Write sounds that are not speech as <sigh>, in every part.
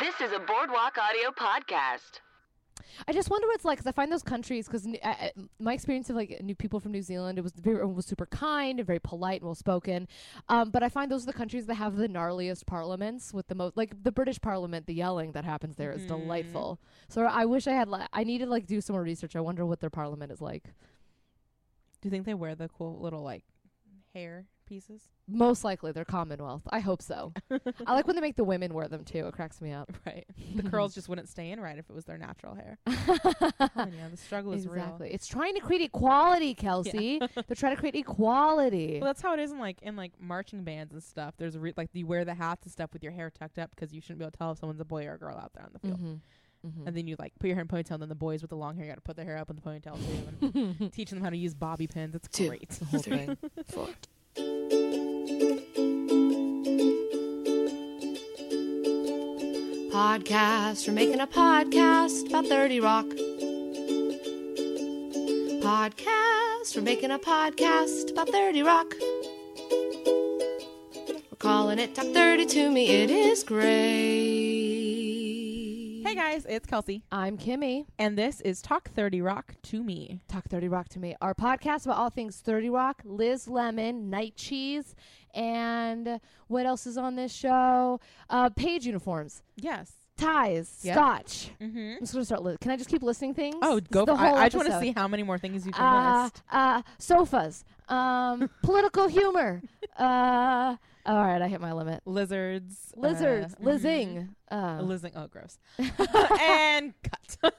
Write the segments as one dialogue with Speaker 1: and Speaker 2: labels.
Speaker 1: This is a Boardwalk Audio podcast.
Speaker 2: I just wonder what it's like because I find those countries because my experience of like new people from New Zealand, it was very, everyone was super kind and very polite and well spoken. Um, but I find those are the countries that have the gnarliest parliaments with the most like the British Parliament. The yelling that happens there is
Speaker 3: Mm-hmm.
Speaker 2: delightful. So I wish I had. Li- I need to like do some more research. I wonder what their parliament is like.
Speaker 3: Do you think they wear the cool little like hair pieces? <laughs>
Speaker 2: Most likely, they're Commonwealth. I hope so. I like when they make the women wear them too. It cracks me
Speaker 3: <laughs>
Speaker 2: up.
Speaker 3: Right. The
Speaker 2: <laughs>
Speaker 3: curls just wouldn't stay in right if it was their natural hair. Telling you, the struggle is
Speaker 2: exactly.
Speaker 3: real.
Speaker 2: It's trying to create equality, Kelsey. they're trying to create equality.
Speaker 3: <laughs> Well, that's how it is in like in like marching bands and stuff. There's a re- like you wear the hats and stuff with your hair tucked up because you shouldn't be able to tell if someone's a boy or a girl out there on the field.
Speaker 2: Mhm. Mhm.
Speaker 3: And then you like put your hair in ponytail, and then the boys with the long hair got to put their hair up in the ponytail too,
Speaker 2: <laughs>
Speaker 3: and teaching them how to use bobby pins. It's
Speaker 2: Two.
Speaker 3: great. <laughs>
Speaker 2: The whole
Speaker 4: <laughs>
Speaker 2: thing.
Speaker 4: Podcast. We're making a podcast about 30 Rock. Podcast. We're making a podcast about 30 Rock. We're calling it Top 30 to me. It is great.
Speaker 3: Hey guys, it's Kelsey,
Speaker 2: I'm Kimmy.
Speaker 3: and this is Talk Thirty Rock to me.
Speaker 2: Talk 30 Rock to me. Our podcast about all things 30 Rock, Liz Lemon, Night Cheese, and what else is on this show? Uh, page uniforms,
Speaker 3: Yes.
Speaker 2: ties,
Speaker 3: Yep.
Speaker 2: scotch.
Speaker 3: Mm-hmm.
Speaker 2: I'm just going to start. Li- can I just keep listing things?
Speaker 3: Oh,
Speaker 2: This
Speaker 3: go
Speaker 2: is the
Speaker 3: for I,
Speaker 2: whole
Speaker 3: I just want to
Speaker 2: episode.
Speaker 3: see how many more things you can
Speaker 2: Uh,
Speaker 3: list.
Speaker 2: uh, sofas,
Speaker 3: <laughs>
Speaker 2: um, political humor. Uh, all right, I hit my limit.
Speaker 3: Lizards.
Speaker 2: Lizards,
Speaker 3: uh, mhm.
Speaker 2: lizzing. Uh,
Speaker 3: Lizzing. Oh,
Speaker 2: <laughs>
Speaker 3: gross. and cut.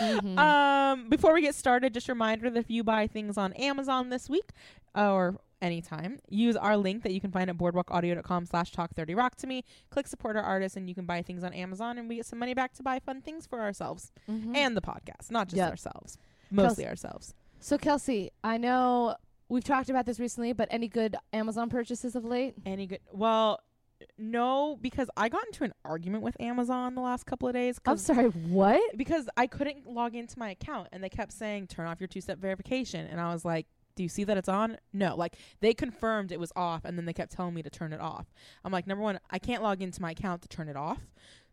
Speaker 2: mhm.
Speaker 3: um, before we get started, just a reminder that if you buy things on Amazon this week or anytime, use our link that you can find at boardwalkaudio.com slash talk 30 rock to me. Click support our artists and you can buy things on Amazon and we get some money back to buy fun things for ourselves
Speaker 2: Mhm.
Speaker 3: and the podcast, not just
Speaker 2: Yep.
Speaker 3: ourselves. Mostly ourselves.
Speaker 2: so, Kelsey, I know we've talked about this recently, but any good Amazon purchases of late?
Speaker 3: Any good? Well, no, because I got into an argument with Amazon the last couple of days.
Speaker 2: I'm
Speaker 3: 'cause
Speaker 2: sorry, what?
Speaker 3: because I couldn't log into my account and they kept saying turn off your two-step verification and I was like do you see that it's on? No, like they confirmed it was off and then they kept telling me to turn it off. I'm like number 1, I can't log into my account to turn it off.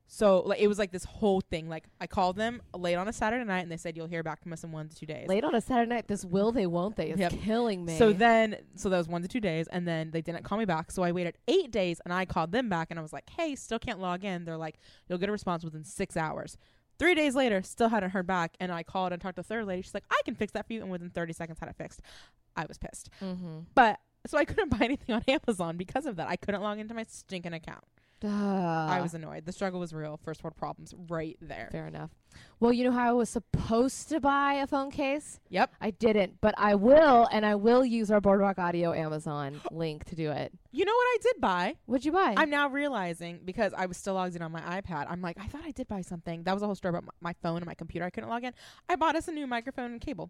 Speaker 3: So like it was like this whole thing like I called them late on a Saturday night and they said you'll hear back from us in 1 to 2 days.
Speaker 2: Late on a Saturday night, this will they, won't they is
Speaker 3: Yep.
Speaker 2: killing me.
Speaker 3: So then, so that was one to two days, and then they didn't call me back. So I waited eight days, and I called them back, and I was like, "Hey, still can't log in." They're like, "You'll get a response within six hours." Three days later, still hadn't heard back, and I called and talked to the third lady. She's like, "I can fix that for you," and within thirty seconds had it fixed. I was pissed,
Speaker 2: mm-hmm.
Speaker 3: but so I couldn't <laughs> buy anything on Amazon because of that. I couldn't log into my stinking account. I was annoyed. The struggle was real. First world problems, right there.
Speaker 2: fair enough. Well, you know how I was supposed to buy a phone case?
Speaker 3: Yep.
Speaker 2: I didn't, but I will, and I will use our Boardwalk Audio <gasps> Amazon link to do it.
Speaker 3: You know what I did buy?
Speaker 2: What'd you buy?
Speaker 3: I'm now realizing because I was still logged in on my iPad. I'm like, I thought I did buy something. That was a whole story about my- my phone and my computer. I couldn't log in. I bought us a new microphone and cable.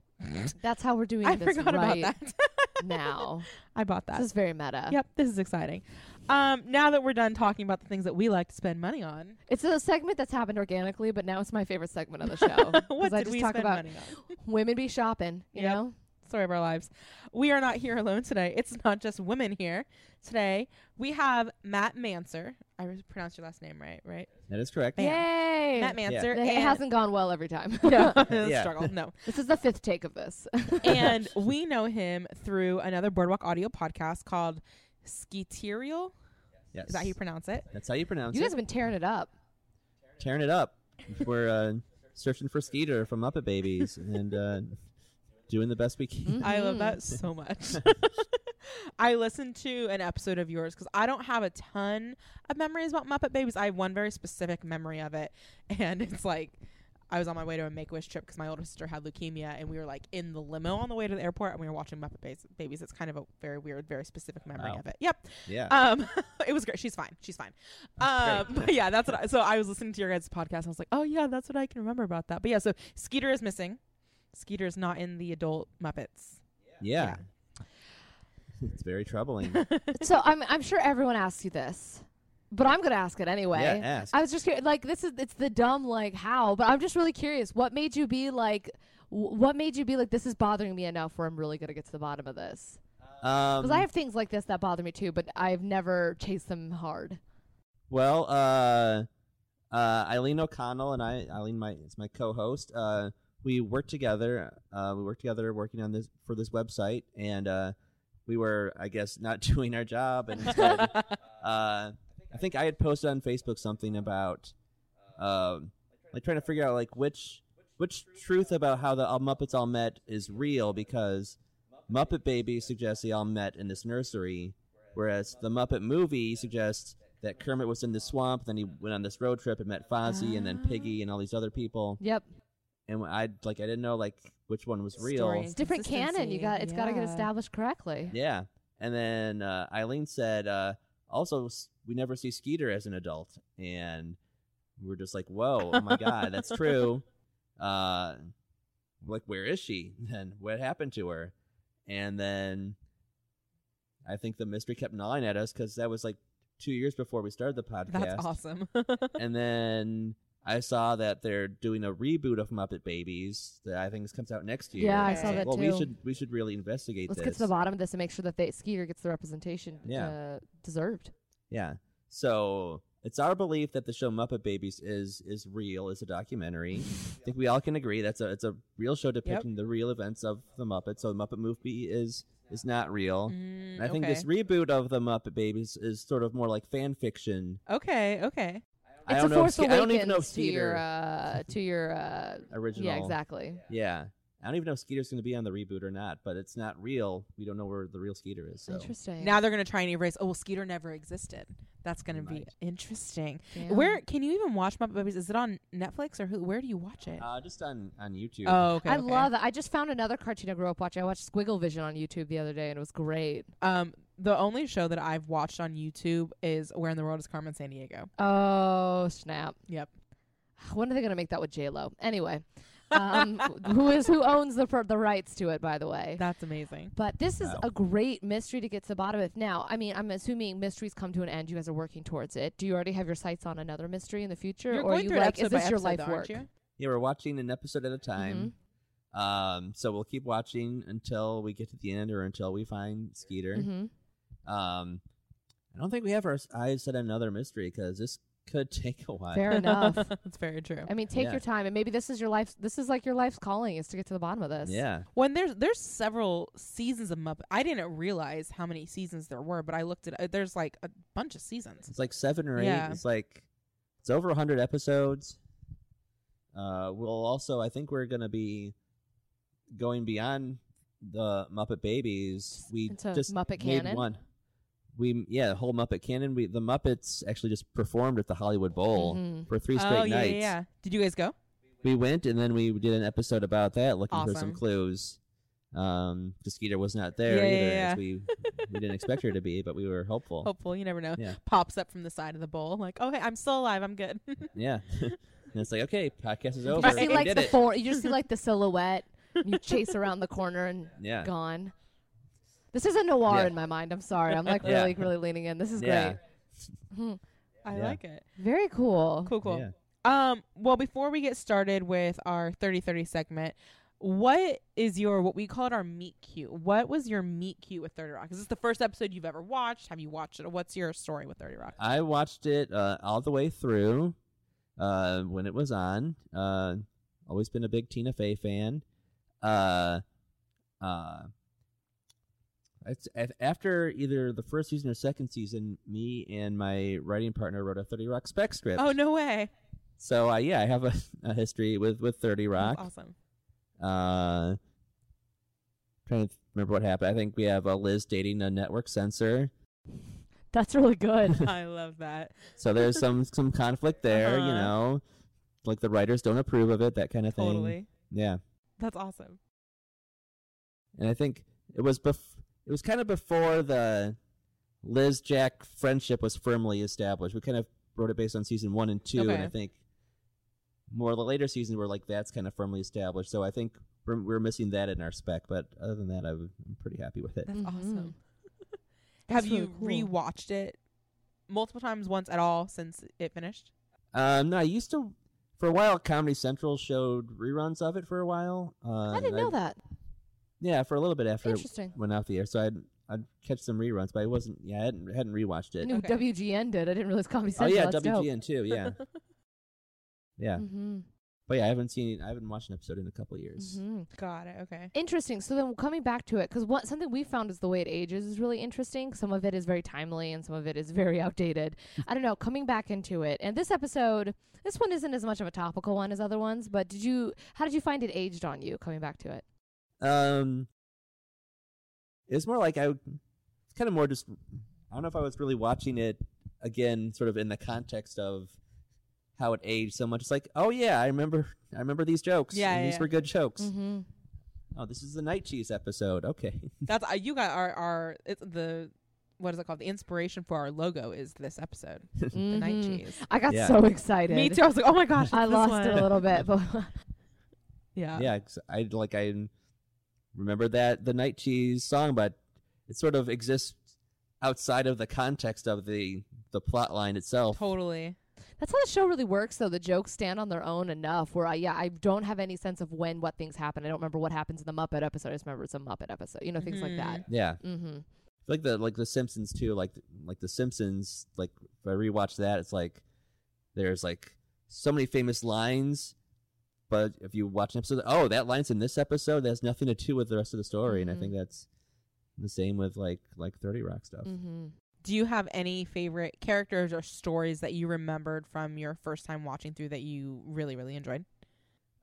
Speaker 2: That's how we're doing
Speaker 3: I
Speaker 2: this
Speaker 3: forgot
Speaker 2: right
Speaker 3: about that.
Speaker 2: <laughs>
Speaker 3: <laughs>
Speaker 2: now.
Speaker 3: I bought
Speaker 2: This
Speaker 3: that.
Speaker 2: is uh, very meta.
Speaker 3: Yep, this is exciting. Um, now that we're done talking about the things that we like to spend money on, <laughs>
Speaker 2: It's a segment that's happened organically, but now it's my favorite segment of the <laughs> show. 'Cause
Speaker 3: what
Speaker 2: I
Speaker 3: did
Speaker 2: just
Speaker 3: we
Speaker 2: talk
Speaker 3: spend
Speaker 2: about
Speaker 3: money on?
Speaker 2: women be shopping, you
Speaker 3: Yep.
Speaker 2: know?
Speaker 3: Story of our lives. We are not here alone today. It's not just women here today. We have Matt Manser. I pronounced your last name right, right?
Speaker 5: That is correct.
Speaker 2: Yay!
Speaker 3: Matt Manser.
Speaker 2: It
Speaker 3: and-
Speaker 2: hasn't gone well every time. <laughs>
Speaker 3: no, <laughs>
Speaker 5: Yeah.
Speaker 3: struggle. No.
Speaker 2: this is the fifth take of this.
Speaker 3: and we know him through another Boardwalk Audio podcast called Skeeterial.
Speaker 5: Yes.
Speaker 3: Is that how you pronounce it?
Speaker 5: That's how you pronounce
Speaker 2: You guys
Speaker 5: it.
Speaker 2: have been tearing it up.
Speaker 5: Tearing it up. We're uh, searching for Skeeter from Muppet Babies and uh, doing the best we can.
Speaker 3: I love that so much. I listened to an episode of yours because I don't have a ton of memories about Muppet Babies. I have one very specific memory of it, <laughs> and it's like I was on my way to a Make Wish trip because my older sister had leukemia, and we were like in the limo on the way to the airport, and we were watching Muppet Bas- Babies. It's kind of a very weird, very specific memory
Speaker 5: Wow.
Speaker 3: of it. Yep.
Speaker 5: Yeah.
Speaker 3: Um, <laughs> it was great. She's fine. She's fine. Um, but yeah, that's what. I, so I was listening to your guys' podcast. And I was like, oh yeah, that's what I can remember about that. But yeah, so Skeeter is missing. Skeeter is not in the adult Muppets.
Speaker 5: yeah. it's very
Speaker 3: <laughs>
Speaker 5: troubling.
Speaker 2: so I'm I'm sure everyone asks you this, but I'm gonna ask it anyway.
Speaker 5: Yeah, ask.
Speaker 2: I was just curious, like this is it's the dumb like how, but I'm just really curious. What made you be like? wh- What made you be like this is bothering me enough where I'm really gonna get to the bottom of this?
Speaker 3: Uh,
Speaker 5: Um,
Speaker 2: Because I have things like this that bother me too, but I've never chased them hard.
Speaker 5: well, uh, Uh, Eileen O'Connell and I, Eileen, my it's my co-host. Uh, we worked together. Uh, we worked together working on this for this website, and uh, we were, I guess, not <laughs> doing our job. And instead, uh, I think I had posted on Facebook something about, um, like trying to figure out like which which truth about how the all Muppets all met is real because Muppet Baby suggests they all met in this nursery, whereas the Muppet movie suggests that Kermit was in the swamp, then he went on this road trip and met Fozzie and then Piggy and all these other people.
Speaker 2: Yep.
Speaker 5: And I like I didn't know like which one was real.
Speaker 3: Story
Speaker 2: It's different canon. You
Speaker 3: Consistency,
Speaker 2: got it's got to get
Speaker 3: yeah.
Speaker 2: established correctly.
Speaker 5: Yeah. And then uh, Eileen said, uh, also, s- we never see Skeeter as an adult. And we were just like, whoa, oh my
Speaker 3: <laughs>
Speaker 5: God, that's true. Uh, like, where is she? <laughs> And what happened to her? And then I think the mystery kept gnawing at us because that was like two years before we started the podcast.
Speaker 3: That's awesome. <laughs>
Speaker 5: And then I saw that they're doing a reboot of Muppet Babies that I think comes out next year.
Speaker 2: Yeah, I
Speaker 5: It's
Speaker 3: saw
Speaker 5: like,
Speaker 2: that
Speaker 5: well,
Speaker 2: too.
Speaker 5: we should we should really investigate
Speaker 2: Let's
Speaker 5: this.
Speaker 2: get to the bottom of this and make sure that they, Skeeter gets the representation
Speaker 5: Yeah.
Speaker 2: uh, deserved.
Speaker 5: Yeah. So it's our belief that the show Muppet Babies is is real, is a documentary. I think we all can agree that's a it's a real show depicting the real events of the Muppets. So the Muppet movie is is not real.
Speaker 3: Mm,
Speaker 5: And I think this
Speaker 3: okay.
Speaker 5: reboot of the Muppet Babies is sort of more like fan fiction.
Speaker 3: okay, okay.
Speaker 5: I
Speaker 2: it's
Speaker 5: don't
Speaker 2: a
Speaker 5: know.
Speaker 2: Force
Speaker 5: If, Ske- I don't even know if
Speaker 2: Awakens to your
Speaker 5: Skeeter
Speaker 2: uh, to your uh,
Speaker 5: original.
Speaker 2: yeah exactly.
Speaker 5: Yeah. I don't even know if Skeeter's going to be on the reboot or not, but it's not real. We don't know where the real Skeeter is. So.
Speaker 2: Interesting.
Speaker 3: Now they're gonna try and erase. Oh well, Skeeter never existed. That's gonna be
Speaker 5: Right.
Speaker 3: interesting.
Speaker 2: Damn.
Speaker 3: Where can you even watch Muppet Babies? Is it on Netflix or who? Where do you watch it?
Speaker 5: Uh, just on on YouTube.
Speaker 3: oh, okay,
Speaker 2: I
Speaker 3: okay.
Speaker 2: love it. I just found another cartoon I grew up watching. I watched Squiggle Vision on YouTube the other day, and it was great.
Speaker 3: Um, the only show that I've watched on YouTube is Where in the World is Carmen San Diego.
Speaker 2: Oh snap!
Speaker 3: Yep.
Speaker 2: When are they gonna make that with J Lo? Anyway, um, <laughs> who is who owns the pro- the rights to it? By the way,
Speaker 3: That's amazing.
Speaker 2: But this is
Speaker 5: Wow.
Speaker 2: a great mystery to get to the bottom of. Now, I mean, I'm assuming mysteries come to an end. You guys are working towards it. Do you already have your sights on another mystery in the future,
Speaker 3: You're
Speaker 2: or are
Speaker 3: going
Speaker 2: you
Speaker 3: through it
Speaker 2: like,
Speaker 3: episode
Speaker 2: is this
Speaker 3: by
Speaker 2: your
Speaker 3: episode,
Speaker 2: life
Speaker 3: though,
Speaker 2: work?
Speaker 3: aren't you?
Speaker 5: Yeah, we're watching an episode at a time.
Speaker 2: Mm-hmm.
Speaker 5: Um, so we'll keep watching until we get to the end or until we find Skeeter.
Speaker 2: Mm-hmm.
Speaker 5: Um, I don't think we have our s- eyes set on another mystery because this could <laughs> take a while.
Speaker 2: Fair enough.
Speaker 3: <laughs> That's very true.
Speaker 2: I mean, take
Speaker 5: Yeah.
Speaker 2: your time, and maybe this is your life. This is like your life's calling is to get to the bottom of this.
Speaker 5: Yeah,
Speaker 3: When there's there's several seasons of Muppet, I didn't realize how many seasons there were, but I looked at uh, there's like a bunch of seasons.
Speaker 5: it's like seven or eight.
Speaker 3: Yeah.
Speaker 5: It's like it's over a hundred episodes. Uh, we'll also, I think we're gonna be going beyond the Muppet Babies. We
Speaker 2: Into
Speaker 5: just
Speaker 2: Muppet
Speaker 5: made
Speaker 2: canon?
Speaker 5: one. We yeah, the whole Muppet canon. We the Muppets actually just performed at the Hollywood Bowl
Speaker 2: Mhm.
Speaker 5: for three straight
Speaker 3: oh yeah,
Speaker 5: nights.
Speaker 3: yeah, yeah. Did you guys go?
Speaker 5: we went and then we did an episode about that looking for some
Speaker 3: Awesome.
Speaker 5: clues um because skeeter was not there
Speaker 3: Yeah, yeah,
Speaker 5: either
Speaker 3: yeah.
Speaker 5: as we we didn't expect her to be but we were
Speaker 3: <laughs>
Speaker 5: hopeful
Speaker 3: Hopeful, you never know.
Speaker 5: Oh. Yeah.
Speaker 3: Pops up from the side of the bowl, like, oh hey, I'm still alive, I'm good. <laughs>
Speaker 5: yeah <laughs> and it's like okay
Speaker 2: <laughs>
Speaker 5: podcast is over
Speaker 2: You see
Speaker 5: we
Speaker 2: like
Speaker 5: did
Speaker 2: the
Speaker 5: it
Speaker 2: for- You
Speaker 5: <laughs>
Speaker 2: just see like the silhouette. and You chase around the corner and
Speaker 5: yeah
Speaker 2: gone. This is a noir
Speaker 5: Yeah.
Speaker 2: in my mind. I'm sorry. I'm like
Speaker 5: <laughs> Yeah.
Speaker 2: really, really leaning in. This is
Speaker 5: yeah
Speaker 2: great.
Speaker 3: I
Speaker 5: Yeah.
Speaker 3: like it.
Speaker 2: Very cool.
Speaker 3: Cool, cool.
Speaker 5: Yeah.
Speaker 3: Um, well, before we get started with our 30-30 segment, what is your what we called our meet cute? What was your meet cute with Thirty Rock? Is this the first episode you've ever watched? Have you watched it? What's your story with Thirty Rock?
Speaker 5: i watched it uh all the way through uh when it was on uh always been a big tina fey fan uh uh it's, af- after either the first season or second season, me and my writing partner wrote a Thirty Rock spec script.
Speaker 3: Oh no way!
Speaker 5: So uh, yeah, I have a, <laughs> a history with with Thirty
Speaker 3: That's
Speaker 5: Rock.
Speaker 2: Oh,
Speaker 3: awesome.
Speaker 5: Uh, trying to remember what happened. I think we have uh, Liz dating a network censor.
Speaker 2: That's really
Speaker 5: <laughs>
Speaker 2: good.
Speaker 3: I love that.
Speaker 5: So
Speaker 3: <laughs>
Speaker 5: there's some some conflict there. You
Speaker 3: Uh-huh.
Speaker 5: know, like the writers don't approve of it, that kind of thing.
Speaker 3: Totally.
Speaker 5: Yeah,
Speaker 3: That's awesome.
Speaker 5: and I think it was bef- it was kind of before the Liz Jack friendship was firmly established. We kind of wrote it based on season one and two, and
Speaker 3: Okay.
Speaker 5: I think more of the later seasons were like that's kind of firmly established. So I think we're, we're missing that in our spec, but other than that, I w- I'm pretty happy with it.
Speaker 3: That's
Speaker 2: Mhm.
Speaker 3: awesome.
Speaker 2: <laughs> That's
Speaker 3: Have
Speaker 2: really
Speaker 3: you
Speaker 2: cool.
Speaker 3: rewatched it multiple times, once at all since it finished?
Speaker 5: Um, no, I used to for a while. Comedy Central showed reruns of it for a while. Uh,
Speaker 2: I didn't know that.
Speaker 5: Yeah, for a little bit after it
Speaker 2: Interesting.
Speaker 5: went off the air, so I'd I'd catch some reruns, but I wasn't. Yeah, I hadn't hadn't rewatched
Speaker 2: I
Speaker 5: it.
Speaker 2: knew
Speaker 3: Okay.
Speaker 2: WGN did. I didn't realize Comedy
Speaker 5: Oh
Speaker 2: Central.
Speaker 5: yeah,
Speaker 2: <laughs> That's dope.
Speaker 5: WGN too. Yeah, Yeah.
Speaker 2: Mm-hmm.
Speaker 5: But yeah, I haven't seen I haven't watched an episode in a couple years.
Speaker 2: Mm-hmm.
Speaker 3: <laughs> Got it. Okay.
Speaker 2: Interesting. So then coming back to it, because what something we found is the way it ages is really interesting. Some of it is very timely, and some of it is very <laughs> outdated. I don't know. Coming back into it, and this episode, this one isn't as much of a topical one as other ones. But did you? How did you find it aged on you? Coming back to it. Mm-hmm.
Speaker 5: Um, it's more like I, would- it's kind of more just. I don't know if I was really watching it again, sort of in the context of how it aged so much. It's like, oh yeah, I remember, I remember these jokes.
Speaker 3: Yeah,
Speaker 5: and
Speaker 3: yeah,
Speaker 5: these
Speaker 3: yeah.
Speaker 5: were good jokes.
Speaker 2: Mm-hmm.
Speaker 5: Oh, this is the night cheese episode. Okay,
Speaker 3: That's uh, you got our our it's the what is it called? The inspiration for our logo is this episode, the night cheese.
Speaker 2: Mm-hmm. I got
Speaker 5: Yeah.
Speaker 2: so excited.
Speaker 3: Me too. I was like, oh my gosh,
Speaker 2: I
Speaker 3: it's this
Speaker 2: lost
Speaker 3: one.
Speaker 2: it a little bit, but
Speaker 3: <laughs>
Speaker 2: <laughs>
Speaker 3: Yeah.
Speaker 5: <laughs> yeah, 'cause I like I remember that the night cheese song, but it sort of exists outside of the context of the the plot line itself.
Speaker 3: Totally.
Speaker 2: that's how the show really works. Though the jokes stand on their own enough, where I yeah, I don't have any sense of when what things happen. I don't remember what happens in the Muppet episode. I just remember it's a Muppet episode. You know, things like that.
Speaker 5: Yeah.
Speaker 2: Mm-hmm.
Speaker 5: like the like the Simpsons too. Like like the Simpsons. Like if I rewatch that, it's like there's like so many famous lines, but if you watch an episode, oh that line's in this episode that has nothing to do with the rest of the story, and
Speaker 2: Mhm.
Speaker 3: Mm-hmm.
Speaker 5: I think that's the same with like like Thirty Rock stuff.
Speaker 2: Mm-hmm.
Speaker 3: Do you have any favorite characters or stories that you remembered from your first time watching through that you really really enjoyed?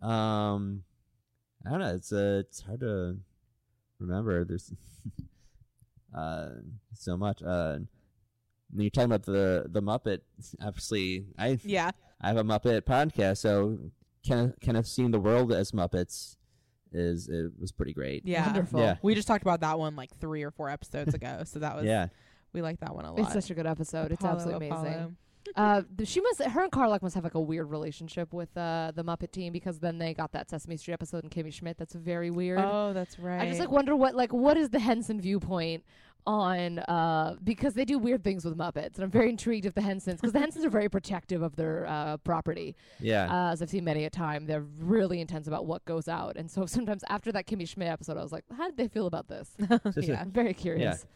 Speaker 5: Um, I don't know. It's uh, it's hard to remember. There's <laughs> uh so much. Uh, when you're talking about the the Muppet, obviously I
Speaker 3: Yeah.
Speaker 5: I have a Muppet podcast, so Kenneth, Kenneth seeing the world as Muppets is it was pretty great.
Speaker 3: Yeah.
Speaker 2: Wonderful.
Speaker 5: Yeah.
Speaker 3: We just talked about that one like three or four episodes
Speaker 5: <laughs>
Speaker 3: ago, so that was
Speaker 5: yeah,
Speaker 3: we like that one a lot.
Speaker 2: It's such a good episode. it's
Speaker 3: Apollo,
Speaker 2: absolutely amazing.
Speaker 3: Apollo.
Speaker 2: Uh, th- she must, her and Carlock must have like a weird relationship with uh, the Muppet team because then they got that Sesame Street episode and Kimmy Schmidt. That's very weird.
Speaker 3: Oh, that's right.
Speaker 2: I just like wonder what like what is the Henson viewpoint on uh because they do weird things with Muppets and I'm very intrigued if the Hensons because the Hensons are very protective of their uh property
Speaker 5: yeah,
Speaker 2: uh, as I've seen many a time they're really intense about what goes out and so <laughs> sometimes after that Kimmy Schmidt episode I was like how did they feel about this
Speaker 3: <laughs> <laughs> yeah.
Speaker 2: I'm <laughs> very curious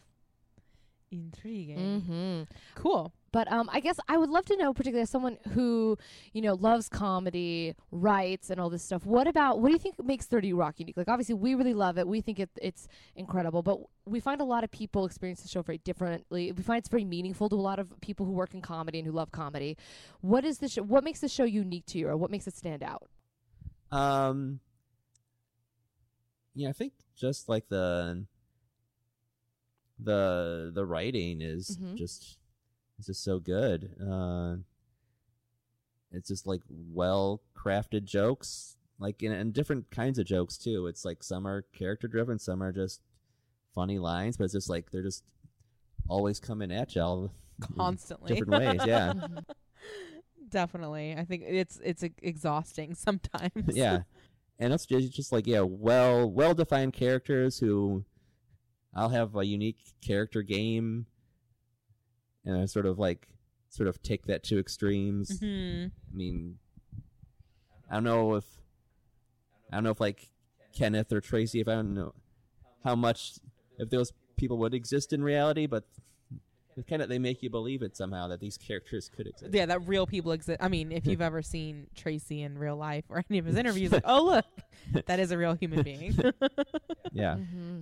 Speaker 3: Intriguing.
Speaker 2: hmm
Speaker 3: Cool.
Speaker 2: But um, I guess I would love to know, particularly as someone who, you know, loves comedy, writes, and all this stuff. What about what do you think makes Thirty Rock unique? Like, obviously, we really love it. We think it, it's incredible. But we find a lot of people experience the show very differently. We find it's very meaningful to a lot of people who work in comedy and who love comedy. What is the show? What makes the show unique to you, or what makes it stand out?
Speaker 5: um, yeah. I think just like the the the writing is
Speaker 2: Mhm.
Speaker 5: just it's just so good. Uh, it's just like well crafted jokes, like and, and different kinds of jokes too. It's like some are character driven, some are just funny lines, but it's just like they're just always coming at y'all <laughs>
Speaker 3: Constantly.
Speaker 5: Mm. different
Speaker 3: <laughs>
Speaker 5: ways. Yeah,
Speaker 2: Mm-hmm.
Speaker 3: Definitely. I think it's it's e- exhausting <laughs> sometimes.
Speaker 5: yeah, and also just, just like yeah, well well defined characters who I'll have a unique character game, and I sort of like sort of take that to extremes.
Speaker 3: hmm
Speaker 5: I mean, I don't know if I don't know if like Kenneth or Tracy. If I don't know how much if those people would exist in reality, but it kind of they make you believe it somehow that these characters could exist.
Speaker 3: Yeah, that real people exist. I mean, if you've ever seen Tracy in real life or any of
Speaker 5: <laughs>
Speaker 3: his interviews, like, oh look, that is a real human being. <laughs>
Speaker 5: Yeah,
Speaker 2: hmm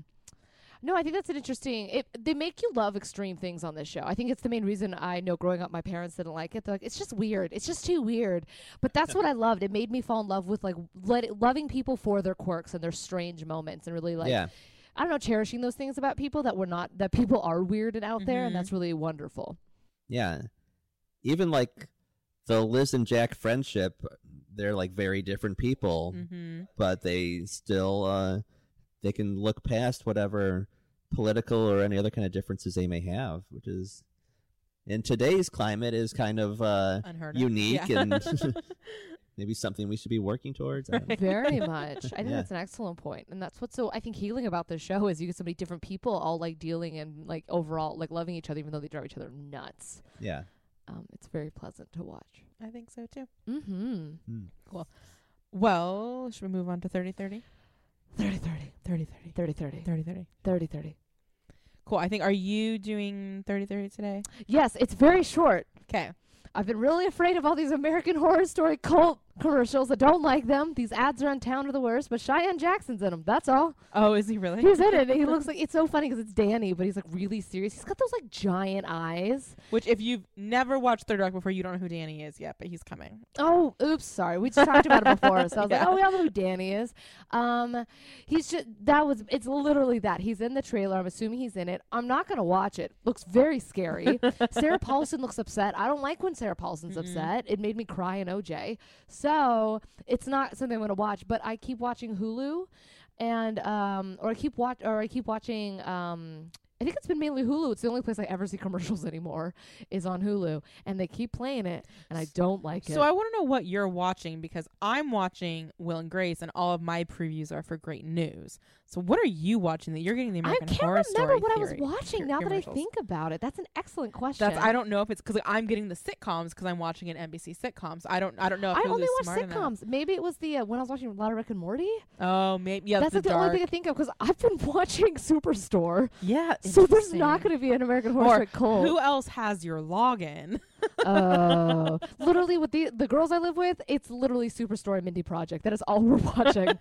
Speaker 2: No, I think that's an interesting. It, they make you love extreme things on this show. I think it's the main reason I know growing up my parents didn't like it. They're like, it's just weird. It's just too weird. But that's
Speaker 5: <laughs>
Speaker 2: what I loved. It made me fall in love with like let, loving people for their quirks and their strange moments and really like
Speaker 5: yeah,
Speaker 2: I don't know cherishing those things about people that we're not that people are weird and out there
Speaker 3: Mhm.
Speaker 2: and
Speaker 5: Mm-hmm.
Speaker 2: that's really
Speaker 5: <laughs>
Speaker 2: wonderful.
Speaker 5: yeah. Even like the Liz and Jack friendship, they're like very different people,
Speaker 2: Mm-hmm.
Speaker 3: hmm
Speaker 5: but they still uh, they can look past whatever political or any other kind of differences they may have, which is in today's climate is kind of uh,
Speaker 3: Unheard of.
Speaker 5: unique
Speaker 3: Yeah. <laughs>
Speaker 5: and maybe something we should be working towards. I don't know.
Speaker 2: Very much. I think
Speaker 5: Yeah.
Speaker 2: that's an excellent point, and that's what's so I think healing about this show is you get so many different people all like dealing and like overall like loving each other even though they drive each other nuts.
Speaker 5: Yeah,
Speaker 2: um, it's very pleasant to watch.
Speaker 3: I think so too.
Speaker 2: Mm-hmm.
Speaker 5: Hmm.
Speaker 3: Well, should we move on to 30 30?
Speaker 2: 30 30,
Speaker 3: 30 30.
Speaker 2: 30 30,
Speaker 3: 30 30.
Speaker 2: 30 30.
Speaker 3: Cool. I think, are you doing 30 30 today?
Speaker 2: Yes, it's very short.
Speaker 3: Okay.
Speaker 2: I've been really afraid of all these American Horror Story cult commercials. I don't like them. These ads around town are the worst, but Cheyenne Jackson's in them. That's all.
Speaker 3: Oh, is he really?
Speaker 2: He's <laughs> in it. and He looks like it's so funny because it's Danny, but he's like really serious. He's got those like giant eyes.
Speaker 3: <laughs> Which, if you've never watched Third Rock before, you don't know who Danny is yet, but he's coming.
Speaker 2: Oh, oops, sorry. We just talked about it before, so I was like,
Speaker 3: <laughs> Yeah.
Speaker 2: oh, we all know who Danny is. Um, he's just that was. It's literally that he's in the trailer. I'm assuming he's in it. I'm not gonna watch it. Looks very scary.
Speaker 3: <laughs>
Speaker 2: Sarah Paulson looks upset. I don't like when Sarah Paulson's upset. It made me cry in OJ. So it's not something I'm gonna watch. But I keep watching Hulu, and um, or I keep watch or I keep watching um. I think it's been mainly Hulu. It's the only place I ever see commercials <laughs> anymore is on Hulu, and they keep playing it, and I don't like it.
Speaker 3: So I want to know what you're watching because I'm watching Will and Grace, and all of my previews are for Great News. So what are you watching that you're getting the American
Speaker 2: I can't
Speaker 3: Horror
Speaker 2: remember
Speaker 3: Story
Speaker 2: what I was
Speaker 3: theory-
Speaker 2: watching
Speaker 3: theor-
Speaker 2: now that I
Speaker 3: commercials?
Speaker 2: think about it. That's an excellent question.
Speaker 3: That's I don't know if it's because I'm getting the sitcoms because I'm watching an NBC sitcoms. I don't I don't know. If
Speaker 2: I
Speaker 3: Hulu's
Speaker 2: only watch
Speaker 3: smart enough.
Speaker 2: sitcoms. Maybe it was the uh, when I was watching a lot of Rick and Morty.
Speaker 3: Oh, maybe yeah.
Speaker 2: That's
Speaker 3: the,
Speaker 2: like the
Speaker 3: dark.
Speaker 2: only thing I think of because I've been <laughs> watching Superstore.
Speaker 3: yeah.
Speaker 2: <laughs> So there's not
Speaker 3: interesting.
Speaker 2: going to be an American Horror
Speaker 3: Or
Speaker 2: Story cold.
Speaker 3: <laughs> who else has your login? <laughs>
Speaker 2: oh, literally with the the girls I live with, it's literally Superstore and Mindy Project. That is all we're
Speaker 3: <laughs>
Speaker 2: watching. um,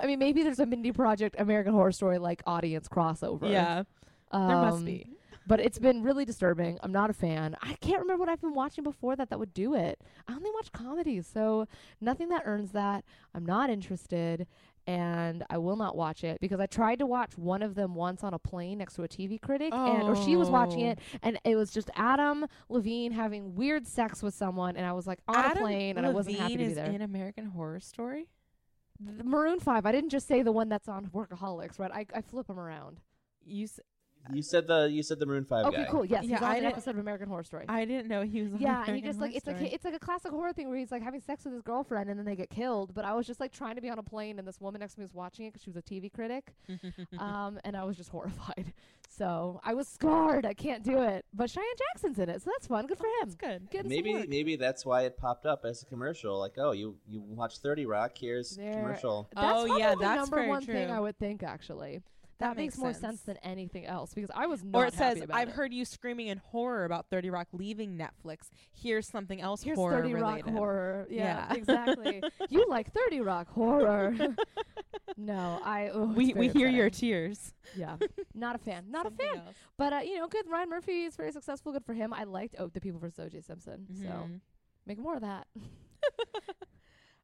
Speaker 2: I mean, maybe there's a Mindy Project American Horror Story like audience crossover.
Speaker 3: Yeah, there must
Speaker 2: Um,
Speaker 3: be.
Speaker 2: But it's been really disturbing. I'm not a fan. I can't remember what I've been watching before that that would do it. I only watch comedies, so nothing that earns that. I'm not interested, and I will not watch it because I tried to watch one of them once on a plane next to a TV critic, and or she was watching
Speaker 3: Oh.
Speaker 2: it, and it was just Adam Levine having weird sex with someone, and I was like on a
Speaker 3: Adam
Speaker 2: plane, and I wasn't happy
Speaker 3: Levine
Speaker 2: to be
Speaker 3: is
Speaker 2: there.
Speaker 3: in American Horror Story.
Speaker 2: The Maroon Five. I didn't just say the one that's on Workaholics, right? I, I flip them around.
Speaker 3: You, s-
Speaker 5: You said the you said the Maroon Five
Speaker 2: Okay,
Speaker 5: guy.
Speaker 2: cool. Yes,
Speaker 3: Yeah,
Speaker 2: he's on
Speaker 3: I
Speaker 2: an
Speaker 3: didn't-
Speaker 2: episode of American Horror Story.
Speaker 3: I didn't know he was. <laughs> On
Speaker 2: Yeah, and he
Speaker 3: American
Speaker 2: just
Speaker 3: Horror
Speaker 2: like it's like
Speaker 3: Story.
Speaker 2: it's like a classic horror thing where he's like having sex with his girlfriend and then they get killed. But I was just like trying to be on a plane and this woman next to me was watching it because she was a TV critic,
Speaker 3: <laughs> Mm-hmm.
Speaker 2: um, and I was just <laughs> horrified. So I was scarred. I can't do it. But Cheyenne Jackson's in it, so that's fun. Good for him.
Speaker 3: That's good.
Speaker 2: Getting some
Speaker 5: Maybe
Speaker 2: work.
Speaker 5: maybe that's why it popped up as a commercial. Like, oh, you you watch Thirty Rock? Here's
Speaker 2: There-
Speaker 5: commercial.
Speaker 2: That's
Speaker 3: Oh, yeah,
Speaker 2: probably the
Speaker 3: that's
Speaker 2: number
Speaker 3: very
Speaker 2: one thing
Speaker 3: true.
Speaker 2: I would think actually. That,
Speaker 3: That
Speaker 2: makes,
Speaker 3: makes
Speaker 2: more
Speaker 3: sense.
Speaker 2: sense than anything else because I was not
Speaker 3: Or it
Speaker 2: happy
Speaker 3: says,
Speaker 2: about
Speaker 3: "I've
Speaker 2: it.
Speaker 3: heard you screaming in horror about Thirty Rock leaving Netflix. Here's something else
Speaker 2: Here's
Speaker 3: horror
Speaker 2: 30
Speaker 3: related."
Speaker 2: Rock horror. Yeah, <laughs>
Speaker 3: Yeah.
Speaker 2: exactly. you like 30 Rock
Speaker 3: <laughs>
Speaker 2: horror. no, I. oh, it's
Speaker 3: We
Speaker 2: very
Speaker 3: we hear your
Speaker 2: upsetting.
Speaker 3: tears.
Speaker 2: Yeah,
Speaker 3: <laughs>
Speaker 2: not a fan. Not
Speaker 3: Something
Speaker 2: a fan.
Speaker 3: else.
Speaker 2: But uh, you know, good. Ryan Murphy is very successful. Good for him. I liked oh, the people versus O.J. Simpson. So
Speaker 3: Mhm.
Speaker 2: make more of that.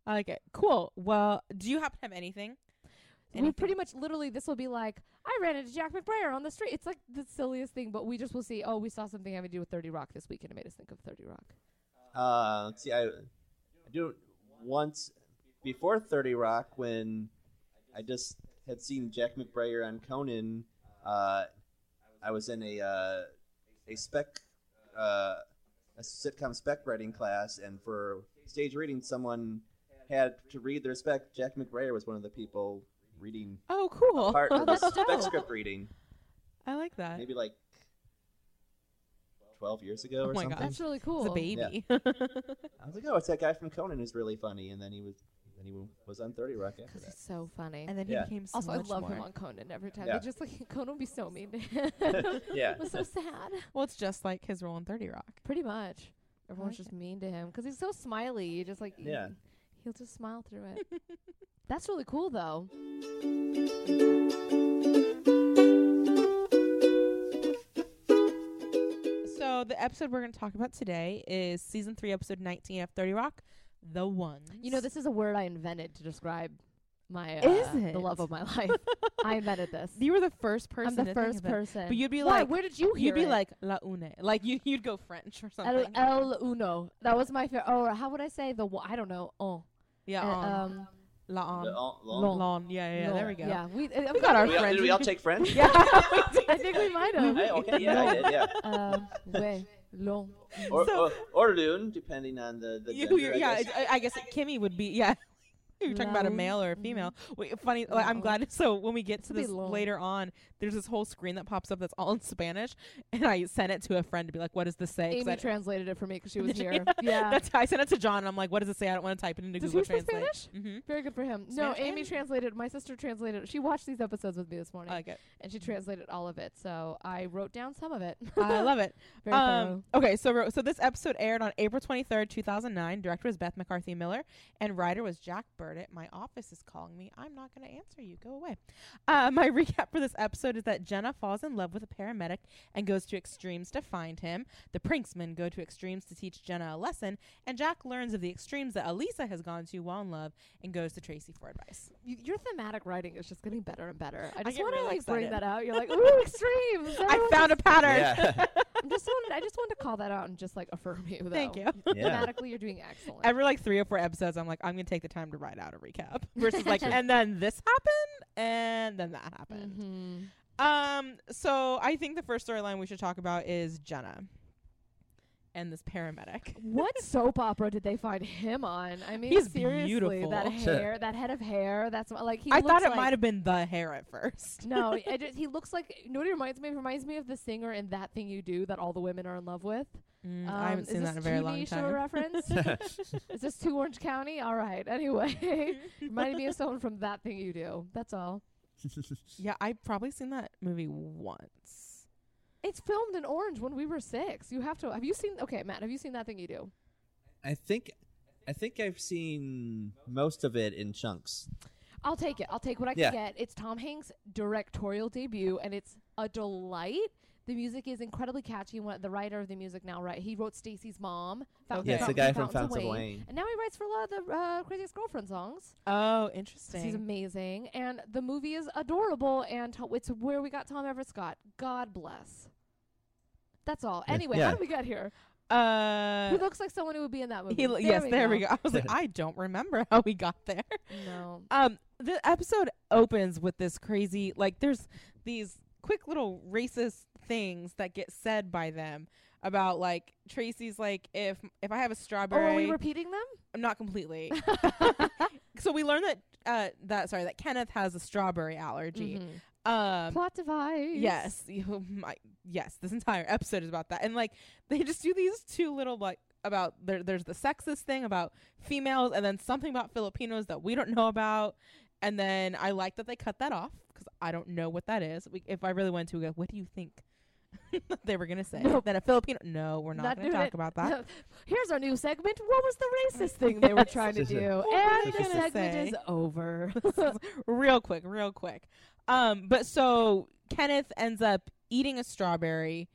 Speaker 3: I like it. Cool. Well, do you happen to have anything?
Speaker 2: We
Speaker 3: Anything
Speaker 2: pretty much literally this will be like I ran into Jack McBrayer on the street. It's like the silliest thing, but we just will see. Oh, we saw something having to do with Thirty Rock this weekend. It made us think of Thirty Rock.
Speaker 5: Uh, let's see, I, I do once before Thirty Rock when I just had seen Jack McBrayer on Conan. Uh, I was in a uh, a spec uh, a sitcom spec writing class, and for stage reading, someone had to read their spec. Jack McBrayer was one of the people reading
Speaker 3: Oh, cool.
Speaker 5: part of
Speaker 3: <laughs>
Speaker 5: the
Speaker 2: that's
Speaker 5: spec
Speaker 2: dope.
Speaker 5: script reading.
Speaker 3: I like that.
Speaker 5: maybe like 12 years ago
Speaker 3: Oh
Speaker 5: or
Speaker 3: my
Speaker 5: something.
Speaker 3: gosh.
Speaker 2: That's really cool.
Speaker 3: It's a baby.
Speaker 5: I was like, oh, it's that guy from Conan who's really funny, and then he was then he w- was on 30 Rock after
Speaker 2: because
Speaker 5: that.
Speaker 2: he's so funny.
Speaker 3: <laughs> and then
Speaker 5: Yeah.
Speaker 3: he became so
Speaker 2: also, I
Speaker 3: much
Speaker 2: love
Speaker 3: more.
Speaker 2: him on Conan every time.
Speaker 5: Yeah.
Speaker 2: They just like <laughs> Conan would be so mean. to him. <laughs>
Speaker 5: Yeah.
Speaker 2: it was so sad.
Speaker 3: Well, it's just like his role in Thirty Rock.
Speaker 2: Pretty much. Everyone's
Speaker 3: like
Speaker 2: just mean to him because he's so smiley. You just like,
Speaker 5: Yeah.
Speaker 2: you- he'll just smile through
Speaker 3: <laughs>
Speaker 2: it. That's really cool, though.
Speaker 3: So the episode we're going to talk about today is season three, episode nineteen of Thirty Rock, the ones.
Speaker 2: You know, this is a word I invented to describe my uh,
Speaker 3: Is
Speaker 2: the love
Speaker 3: it?
Speaker 2: of my
Speaker 3: <laughs>
Speaker 2: life. I invented this.
Speaker 3: You were the first person.
Speaker 2: I'm the
Speaker 3: to think
Speaker 2: first
Speaker 3: of it.
Speaker 2: person.
Speaker 3: But you'd be
Speaker 2: Why?
Speaker 3: like,
Speaker 2: where did you hear
Speaker 3: You'd be
Speaker 2: it?
Speaker 3: like la une, like you you'd go French or
Speaker 2: El,
Speaker 3: something.
Speaker 2: el uno. That was my favorite. Or how would I say the? wa- I don't know. Oh,
Speaker 3: yeah,
Speaker 2: Uh,
Speaker 3: on.
Speaker 2: um,
Speaker 3: la on,
Speaker 5: The all- long-
Speaker 2: long-
Speaker 3: Lon. Yeah, yeah, yeah.
Speaker 2: no.
Speaker 3: There we go.
Speaker 2: Yeah, we, uh,
Speaker 3: We got
Speaker 2: <laughs>
Speaker 3: our
Speaker 5: We all-
Speaker 3: friends.
Speaker 5: did we all take French?
Speaker 3: Yeah.
Speaker 2: I think we might have.
Speaker 5: I- okay, yeah, I did, yeah.
Speaker 2: Um, way long.
Speaker 5: Or,
Speaker 3: So-
Speaker 5: or, or Loon, depending on the, the
Speaker 3: You-
Speaker 5: gender,
Speaker 3: you-
Speaker 5: I
Speaker 3: yeah,
Speaker 5: guess.
Speaker 3: it's- I I guess Kimmy would be yeah. <laughs> you were talking about a
Speaker 2: Lol.
Speaker 3: male or a female. Wait, funny. like, I'm
Speaker 2: Lol.
Speaker 3: glad. So when we get to
Speaker 2: Should be
Speaker 3: this
Speaker 2: lol.
Speaker 3: later on, there's this whole screen that pops up that's all in Spanish, and I sent it to a friend to be like, "What does this say?" 'Cause
Speaker 2: Amy
Speaker 3: I-
Speaker 2: translated it for me because she
Speaker 3: Did
Speaker 2: was
Speaker 3: she?
Speaker 2: here. <laughs> Yeah.
Speaker 3: That's I sent it to John. and I'm like, "What does it say?" I don't want to type it into
Speaker 2: Does he
Speaker 3: Google
Speaker 2: speak
Speaker 3: Translate. Mm-hmm.
Speaker 2: Very good for him.
Speaker 3: Spanish
Speaker 2: no, Amy
Speaker 3: and-
Speaker 2: translated. My sister translated. She watched these episodes with me this morning,
Speaker 3: I like it.
Speaker 2: and she translated all of it. So I wrote down some of <laughs> it.
Speaker 3: <laughs> I love it.
Speaker 2: Very
Speaker 3: Um,
Speaker 2: thorough.
Speaker 3: okay, so ro- so this episode aired on April 23rd, 2009. Director was Beth McCarthy Miller, and writer was Jack Burdett. My office is calling me. I'm not going to answer you. Go away. Uh, my <laughs> recap for this episode is that Jenna falls in love with a paramedic and goes to extremes to find him. The Prinksmen go to extremes to teach Jenna a lesson, and Jack learns of the extremes that Elisa has gone to while in love and goes to Tracy for advice.
Speaker 2: Y- your thematic writing is just getting better and better. I
Speaker 3: I
Speaker 2: just
Speaker 3: get
Speaker 2: want to
Speaker 3: really
Speaker 2: like bring that
Speaker 3: excited.
Speaker 2: out. <laughs> You're like, ooh, extremes.
Speaker 3: I
Speaker 2: <laughs>
Speaker 3: found a pattern.
Speaker 5: Yeah.
Speaker 2: I'm just wanted. I just wanted to call that out and just like affirm you. Though.
Speaker 3: <laughs> Thank you.
Speaker 5: yeah.
Speaker 2: Thematically, you're doing excellent.
Speaker 3: every like three or four episodes, I'm like, I'm gonna take the time to write out a recap
Speaker 2: <laughs>
Speaker 3: versus like, and then this happened, and then that happened.
Speaker 2: Mhm.
Speaker 3: Um, so I think the first storyline we should talk about is Jenna and this paramedic.
Speaker 2: <laughs> What soap opera did they find him on? I mean,
Speaker 3: He's
Speaker 2: seriously, that
Speaker 3: beautiful.
Speaker 2: hair, that head of hair, that's like he.
Speaker 3: I thought
Speaker 2: looks
Speaker 3: it
Speaker 2: like- Mm,
Speaker 3: might have been the hair at first.
Speaker 2: No,
Speaker 3: <laughs>
Speaker 2: I just, he looks like. You know what he reminds me? of? He reminds me of the singer in that thing you do that all the women are in love with. Um,
Speaker 3: Mm, I haven't
Speaker 2: is
Speaker 3: seen
Speaker 2: this
Speaker 3: that in a very
Speaker 2: TV
Speaker 3: long
Speaker 2: Show
Speaker 3: time. <laughs>
Speaker 2: reference? is this to Orange County? All right.
Speaker 3: <laughs>
Speaker 2: Anyway, <laughs> reminded me of someone from that thing you do. That's all.
Speaker 3: Yeah, I've probably seen that movie once.
Speaker 2: It's filmed in Orange when we were six. You have to. Have you seen? Okay, Matt. Have you seen that thing you do?
Speaker 5: <laughs> I think I think I've seen most of it in chunks.
Speaker 2: I'll take it. I'll take what I can
Speaker 5: Yeah.
Speaker 2: get. It's Tom Hanks' directorial debut, and it's a delight. The music is incredibly catchy. One, the writer of the music now, right? He wrote Stacy's Mom. Fountain,
Speaker 5: Yeah, it's the
Speaker 2: Fountain-
Speaker 5: guy from
Speaker 2: Fountains
Speaker 5: Fountains of
Speaker 2: Wayne,
Speaker 5: Wayne.
Speaker 2: And now he writes for a lot of the uh, Craziest Girlfriend songs.
Speaker 3: Oh,
Speaker 2: 'cause He's
Speaker 3: interesting.
Speaker 2: amazing. And the movie is adorable, and to- it's where we got Tom Everett Scott. God bless. That's all.
Speaker 5: Yeah.
Speaker 2: Anyway,
Speaker 5: Yeah.
Speaker 2: how did we get here?
Speaker 3: Uh,
Speaker 2: he looks like someone who would be in that movie.
Speaker 3: he, yes, there we go. I was like,
Speaker 5: Yeah.
Speaker 3: I don't remember how we got there.
Speaker 2: No.
Speaker 3: <laughs> Um, the episode opens with this crazy, like, there's these quick little racist things that get said by them about like Tracy's like if if I have
Speaker 2: Oh, are we
Speaker 3: a strawberry,
Speaker 2: repeating them?
Speaker 3: I'm
Speaker 2: <laughs>
Speaker 3: not completely. <laughs> so we learn that uh that sorry that Kenneth has a strawberry allergy.
Speaker 2: Mhm.
Speaker 3: Um,
Speaker 2: Plot device. <laughs>
Speaker 3: yes, you- <laughs> my, yes, this entire episode is about that, and like they just do these two little like about there, there's the sexist thing about females, and then something about Filipinos that we don't know about, and then I like that they cut that off because I don't know what that is. We, if I really went to, what do you think <laughs> they were gonna say?
Speaker 2: Nope.
Speaker 3: That a Filipino? No, we're not,
Speaker 2: Not
Speaker 3: gonna
Speaker 2: doing
Speaker 3: talk
Speaker 2: it.
Speaker 3: about that.
Speaker 2: Here's our new segment. What was the racist thing they
Speaker 3: <laughs>
Speaker 2: were trying to
Speaker 5: Yes.
Speaker 2: do?
Speaker 3: What
Speaker 2: and
Speaker 5: were they
Speaker 2: the
Speaker 3: gonna
Speaker 2: segment
Speaker 3: say?
Speaker 2: is over.
Speaker 3: real quick, real quick. Um, but so Kenneth ends up eating a strawberry,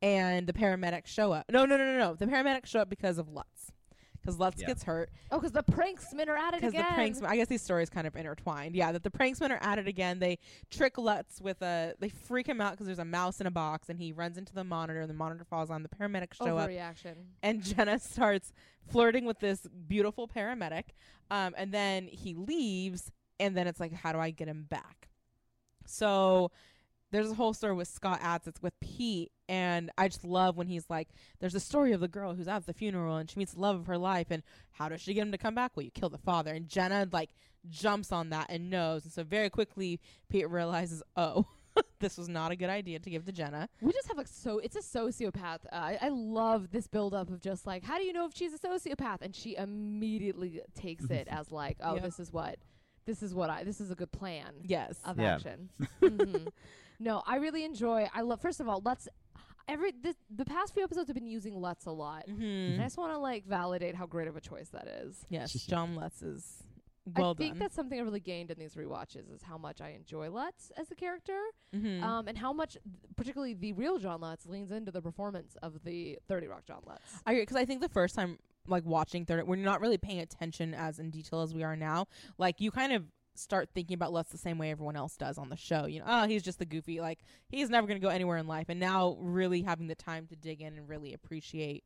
Speaker 3: and the paramedics show up. No, no, no, no, no. The paramedics show up because of Lutz, because Lutz
Speaker 5: Yeah.
Speaker 3: gets hurt
Speaker 2: oh, because the pranksmen are at it
Speaker 3: because the
Speaker 2: again.
Speaker 3: pranksman. I guess these stories kind of intertwined. Yeah, that the pranksmen are at it again. They trick Lutz with a. They freak him out because there's a mouse in a box, and he runs into the monitor, and the monitor falls on. The paramedics show up
Speaker 2: Overreaction.
Speaker 3: and <laughs> Jenna starts flirting with this beautiful paramedic. Um, and then he leaves, and then it's like, how do I get him back? So there's a whole story with Scott Adds. It's with Pete, and I just love when he's like, "There's a story of the girl who's at the funeral, and she meets the love of her life, and how does she get him to come back? Well, you kill the father." And Jenna like jumps on that and knows, and so very quickly Pete realizes, "Oh, <laughs> this was not a good idea to give to Jenna."
Speaker 2: We just have a so it's a sociopath. Uh, I, I love this buildup of just like, how do you know if she's a sociopath? And she immediately takes
Speaker 3: <laughs>
Speaker 2: it as like, oh,
Speaker 3: Yeah.
Speaker 2: this is what, this is what I, this is a good plan.
Speaker 3: Yes,
Speaker 2: of
Speaker 5: Yeah.
Speaker 2: action.
Speaker 3: <laughs>
Speaker 2: Mhm. No, I really enjoy. I love. First of all, Lutz. Every this, the past few episodes have been using Lutz a lot.
Speaker 3: mm-hmm.
Speaker 2: And I just want to like validate how great of a choice that is.
Speaker 3: Yes, John Lutz is well
Speaker 2: I think
Speaker 3: done.
Speaker 2: that's something I really gained in these rewatches is how much I enjoy Lutz as a character,
Speaker 3: Mhm.
Speaker 2: um, and how much, th- particularly the real John Lutz, leans into the performance of the Thirty Rock John Lutz.
Speaker 3: I because I think the first time like watching third, we're not really paying attention as in detail as we are now. Like you kind of start thinking about Lutz the same way everyone else does on the show. You know, oh, he's just the goofy. Like he's never gonna go anywhere in life. And now really having the time to dig in and really appreciate.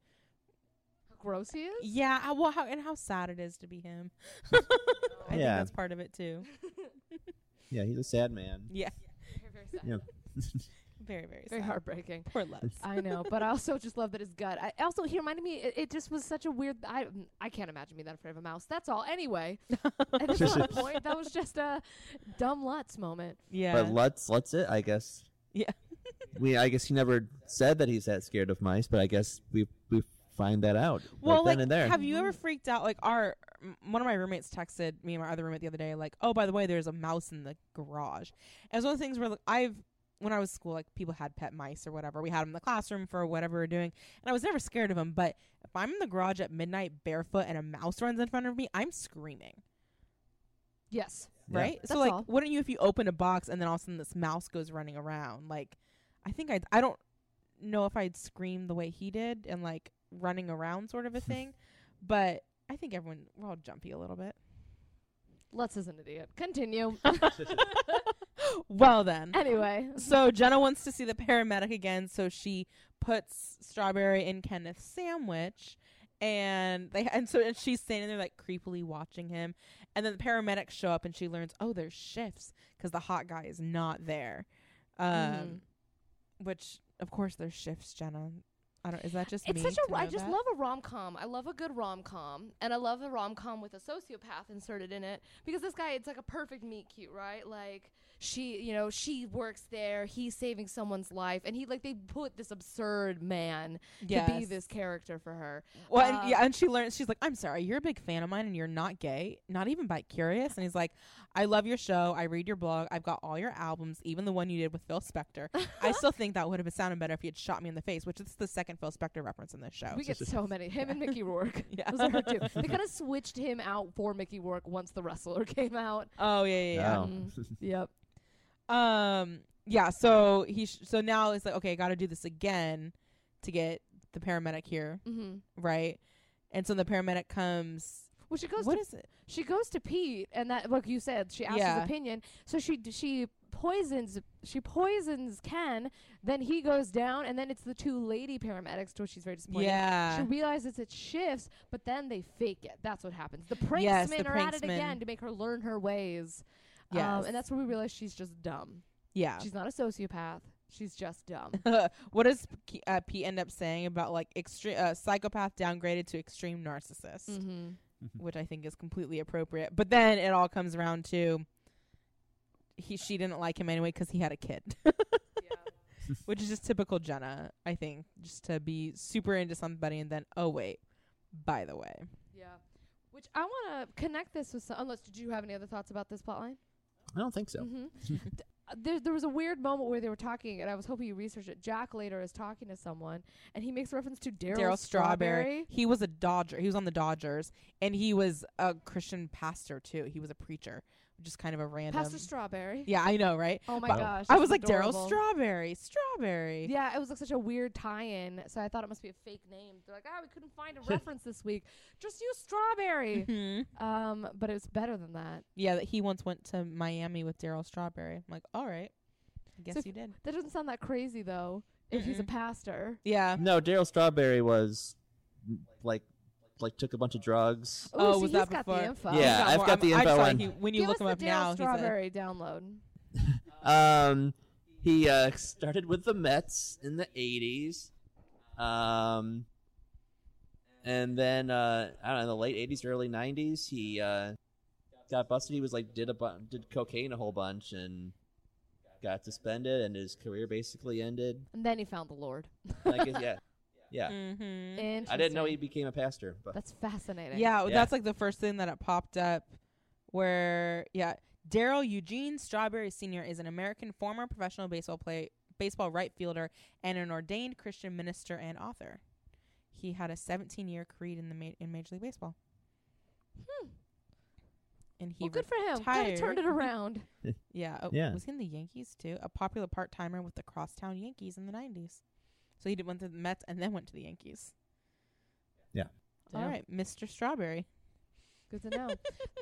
Speaker 2: How gross he
Speaker 3: <laughs>
Speaker 2: is.
Speaker 3: Yeah, I- well, how and how sad it is to be him. <laughs> I
Speaker 5: Yeah.
Speaker 3: think that's part of it too.
Speaker 5: Yeah, he's a sad man.
Speaker 3: Yeah.
Speaker 2: Very, very sad.
Speaker 5: Yeah.
Speaker 3: <laughs> Very, very,
Speaker 2: Very
Speaker 3: sad.
Speaker 2: heartbreaking.
Speaker 3: Poor
Speaker 5: <laughs>
Speaker 3: <laughs> Lutz.
Speaker 2: I know, but I also just love that his gut. I also he reminded me. It, it just was such a weird. I mm, I can't imagine being that afraid of a mouse. That's all. Anyway, and that's not the point. That was just a dumb Lutz moment.
Speaker 3: yeah.
Speaker 5: But let's let's it, I guess.
Speaker 3: yeah.
Speaker 5: <laughs> We I guess he never said that he's that scared of mice, but I guess we we find that out
Speaker 3: Well,
Speaker 5: right
Speaker 3: like,
Speaker 5: then and there.
Speaker 3: have you ever freaked out? Like, our m- one of my roommates texted me and my other roommate the other day, like, "Oh, by the way, there's a mouse in the garage." And it was one of the things where like, I've when I was at school, like people had pet mice or whatever. We had them in the classroom for whatever we were doing, and I was never scared of them. But if I'm in the garage at midnight barefoot and a mouse runs in front of me, I'm screaming.
Speaker 2: Yes.
Speaker 5: Yeah.
Speaker 3: right? so
Speaker 2: That's
Speaker 3: like,
Speaker 2: all.
Speaker 3: wouldn't you if you open a box and then all of a sudden this mouse goes running around? Like, I think I I don't know if I'd scream the way he did and like running around sort of a thing, but I think everyone we're all jumpy a little bit. <laughs>
Speaker 2: Lutz is an idiot. Continue.
Speaker 3: Well then.
Speaker 2: anyway,
Speaker 3: <laughs> So Jenna wants to see the paramedic again, so she puts Strawberry in Kenneth's sandwich, and they and so and she's standing there like creepily watching him, and then the paramedics show up and she learns oh there's shifts because the hot guy is not there, um,
Speaker 2: Mhm.
Speaker 3: which of course there's shifts Jenna. I don't. Is that just
Speaker 2: it's
Speaker 3: me
Speaker 2: such a.
Speaker 3: to
Speaker 2: I
Speaker 3: know
Speaker 2: just
Speaker 3: that?
Speaker 2: love a rom com. I love a good rom com, and I love a rom com with a sociopath inserted in it because this guy, it's like a perfect meet cute, right? Like she, you know, she works there. He's saving someone's life, and he like they put this absurd man to be
Speaker 3: Yes.
Speaker 2: this character for her.
Speaker 3: Well,
Speaker 2: Um,
Speaker 3: and, yeah, and she learns. She's like, "I'm sorry, you're a big fan of mine, and you're not gay, not even bi curious." And he's like, "I love your show. I read your blog. I've got all your albums, even the one you did with Phil Spector.
Speaker 2: <laughs>
Speaker 3: I still think that would have been sounded better if you'd shot me in the face, which is the second Phil Spector reference in this show.
Speaker 2: We get
Speaker 3: <laughs>
Speaker 2: so many. Him and Mickey Rourke.
Speaker 3: Yeah.
Speaker 2: Those are her two. They kind of switched him out for Mickey Rourke once The Wrestler <laughs> came out.
Speaker 3: oh yeah, yeah, yeah.
Speaker 5: Oh.
Speaker 2: Mm, yep.
Speaker 3: Um, yeah. So he, sh- so now it's like, okay, I got to do this again to get the paramedic here,
Speaker 2: hmm
Speaker 3: right? And so the paramedic comes.
Speaker 2: Well, she goes
Speaker 3: What
Speaker 2: to
Speaker 3: is it?
Speaker 2: she goes to Pete, and that like you said, she asks
Speaker 3: Yeah.
Speaker 2: his opinion. So she d- she poisons she poisons Ken. Then he goes down, and then it's the two lady paramedics, to which she's very disappointed.
Speaker 3: Yeah.
Speaker 2: She realizes it shifts, but then they fake it. That's what happens. The pranksmen
Speaker 3: Yes, the
Speaker 2: are at it
Speaker 3: pranksmen.
Speaker 2: again to make her learn her ways. Um,
Speaker 3: Yes.
Speaker 2: and that's where we realize she's just dumb.
Speaker 3: yeah.
Speaker 2: She's not a sociopath. She's just dumb.
Speaker 3: <laughs> what does P- uh, Pete end up saying about like extreme uh, psychopath downgraded to extreme narcissist,
Speaker 2: mm-hmm.
Speaker 3: which I think is completely appropriate. But then it all comes around to he she didn't like him anyway 'cause he had a kid, <laughs> which is just typical Jenna, I think, just to be super into somebody and then oh wait, by the way,
Speaker 2: Yeah. Which I want to connect this with some. Unless, did you have any other thoughts about this plotline?
Speaker 5: <laughs> I don't think so.
Speaker 2: Mm-hmm. there, there was a weird moment where they were talking, and I was hoping you researched it. Jack later is talking to someone, and he makes reference to Daryl
Speaker 3: Daryl
Speaker 2: Strawberry.
Speaker 3: Strawberry, he was a Dodger, he was on the Dodgers, and he was a Christian pastor too. He was a preacher, which is kind of a random.
Speaker 2: Pastor Strawberry.
Speaker 3: yeah, I know, right?
Speaker 2: Oh my
Speaker 5: Wow.
Speaker 2: gosh.
Speaker 3: I
Speaker 2: this
Speaker 3: was
Speaker 2: is
Speaker 3: like Daryl
Speaker 2: adorable.
Speaker 3: Strawberry, Strawberry.
Speaker 2: Yeah, it was like such a weird tie-in, so I thought it must be a fake name. They're like, ah, we couldn't
Speaker 3: <laughs>
Speaker 2: find a reference this week. Just use Strawberry.
Speaker 5: Mm-hmm.
Speaker 3: Hmm.
Speaker 2: um, but it was better than that.
Speaker 3: Yeah, that he once went to Miami with Daryl Strawberry. I'm like, all right, I guess
Speaker 2: So-
Speaker 3: you did.
Speaker 2: That doesn't sound that crazy though. If he's a pastor.
Speaker 3: Yeah.
Speaker 5: No, Daryl Strawberry was like like took a bunch of drugs.
Speaker 2: Ooh,
Speaker 3: Oh,
Speaker 2: see,
Speaker 3: was
Speaker 2: he's
Speaker 3: that
Speaker 2: got
Speaker 3: before? Oh
Speaker 2: the info.
Speaker 5: Yeah,
Speaker 3: He's
Speaker 5: I've
Speaker 3: more-
Speaker 5: got
Speaker 3: I'm-
Speaker 5: the
Speaker 3: I
Speaker 5: info
Speaker 3: just thought
Speaker 5: on-
Speaker 3: he- when you
Speaker 2: Give
Speaker 3: look
Speaker 2: us
Speaker 3: him
Speaker 2: the
Speaker 3: up
Speaker 2: Daryl
Speaker 3: now,
Speaker 2: Strawberry download.
Speaker 5: Um, he uh, started with the Mets in the '80s, um, and then uh, I don't know, in the late '80s, early '90s, he uh, got busted. He was like did a bu- did cocaine a whole bunch and got suspended, and his career basically ended.
Speaker 2: And then he found the Lord.
Speaker 5: And I guess,
Speaker 2: <laughs>
Speaker 5: yeah, yeah.
Speaker 3: he's like, hmm
Speaker 5: I didn't know he
Speaker 2: Interesting.
Speaker 5: became a pastor, but
Speaker 2: That's fascinating.
Speaker 3: Yeah,
Speaker 5: Yeah.
Speaker 3: that's like the first thing that it popped up where yeah, Daryl Eugene Strawberry Sr. is an American former professional baseball play baseball right fielder and an ordained Christian minister and author. He had a 17 year career in the ma- in Major League Baseball.
Speaker 2: Hmm.
Speaker 3: And he
Speaker 2: Well, good for him. Kind of turned it
Speaker 3: retired. <laughs>
Speaker 2: around.
Speaker 3: Yeah. Oh,
Speaker 5: Yeah.
Speaker 3: Was he in the Yankees too? A popular part timer with the crosstown Yankees in the nineties. So he did, went to the Mets and then went to the Yankees.
Speaker 5: Yeah.
Speaker 3: All
Speaker 2: Damn.
Speaker 3: right, Mr. Strawberry.
Speaker 2: Good to
Speaker 3: <laughs>
Speaker 2: know.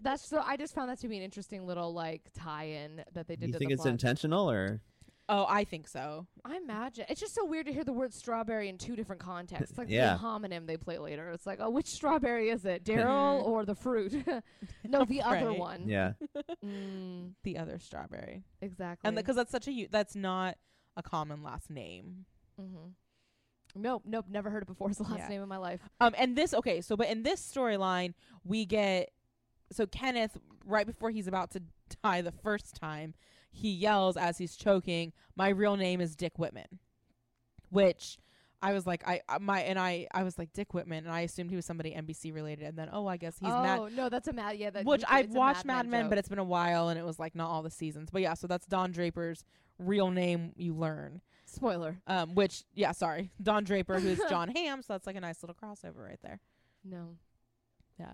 Speaker 2: That's so. I just found that to be an interesting little like tie-in that they did.
Speaker 5: you
Speaker 2: to
Speaker 5: think
Speaker 2: the
Speaker 5: it's
Speaker 2: plot.
Speaker 5: intentional or?
Speaker 3: Oh, I think <laughs> so.
Speaker 2: I imagine it's just so weird to hear the word strawberry in two different contexts. Like
Speaker 5: Yeah.
Speaker 2: the homonym they play later. It's like, oh, which strawberry is
Speaker 5: <laughs>
Speaker 2: it, Daryl or the fruit? <laughs> no, the other
Speaker 3: Right.
Speaker 2: one.
Speaker 5: Yeah,
Speaker 2: Mm,
Speaker 3: The other strawberry,
Speaker 2: exactly.
Speaker 3: and because that's such a u- that's not a common last name.
Speaker 2: Mm-hmm. Nope, nope, never heard it before. It's the last
Speaker 3: Yeah.
Speaker 2: name in my life.
Speaker 3: Um, and this okay, so but in this storyline we get so Kenneth right before he's about to <laughs> die the first time, he yells as he's choking, "My real name is Dick Whitman," which I was like, I I- my and I I was like Dick Whitman, and I assumed he was somebody NBC related, and then oh I guess he's
Speaker 2: oh
Speaker 3: mad.
Speaker 2: no, that's a mad. Yeah, that
Speaker 3: which
Speaker 2: you-
Speaker 3: I've
Speaker 2: it's a
Speaker 3: watched Mad Men, but
Speaker 2: joke.
Speaker 3: it's been a while, and it was like not all the seasons. But yeah, so that's Don Draper's real name. You learn,
Speaker 2: spoiler.
Speaker 3: um, which yeah, sorry, <laughs> Don Draper, who's
Speaker 2: <laughs>
Speaker 3: John Hamm. So that's like a nice little crossover right there.
Speaker 2: No,
Speaker 3: Yeah.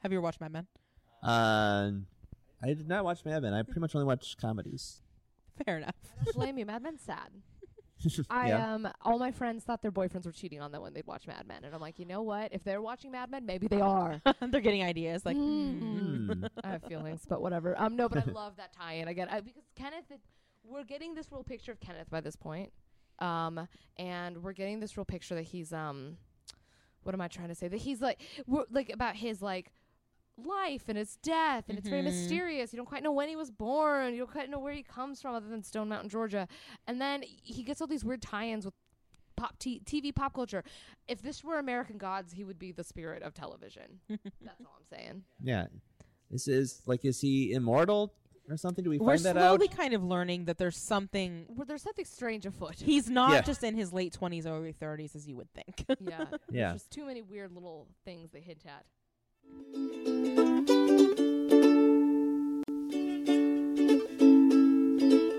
Speaker 3: Have you ever watched Mad Men? <laughs>
Speaker 5: Uh, I did not watch Mad Men. I pretty much only watch comedies. <laughs>
Speaker 3: Fair enough. <laughs>
Speaker 2: blame you. Mad Men's sad.
Speaker 5: <laughs>
Speaker 2: I um, all my friends thought their boyfriends were cheating on them when they'd watch Mad Men, and I'm like, you know what? If they're watching Mad Men, maybe they are.
Speaker 3: They're getting ideas like
Speaker 2: Mm-hmm.
Speaker 3: mm.
Speaker 5: Mm.
Speaker 2: I have feelings, but whatever. Um, no, but I love that tie-in again I, because Kenneth. It, we're getting this real picture of Kenneth by this point, um, and we're getting this real picture that he's um, what am I trying to say? That he's like, we're, like about his like life and his death, and it's very
Speaker 3: Mhm.
Speaker 2: mysterious. You don't quite know when he was born. You don't quite know where he comes from, other than Stone Mountain, Georgia. And then he gets all these weird tie-ins with pop t- TV pop culture. If this were American Gods, he would be the spirit of television. That's all I'm saying.
Speaker 5: Yeah. This is like, is he immortal or something? Do we
Speaker 3: We're
Speaker 5: find that out?
Speaker 3: slowly kind of learning that there's something.
Speaker 2: Well, there's something strange afoot.
Speaker 3: He's not
Speaker 5: Yeah.
Speaker 3: just in his late 20s or early 30s as you would think.
Speaker 2: <laughs> yeah.
Speaker 5: Yeah.
Speaker 2: There's just too many weird little things they hint at.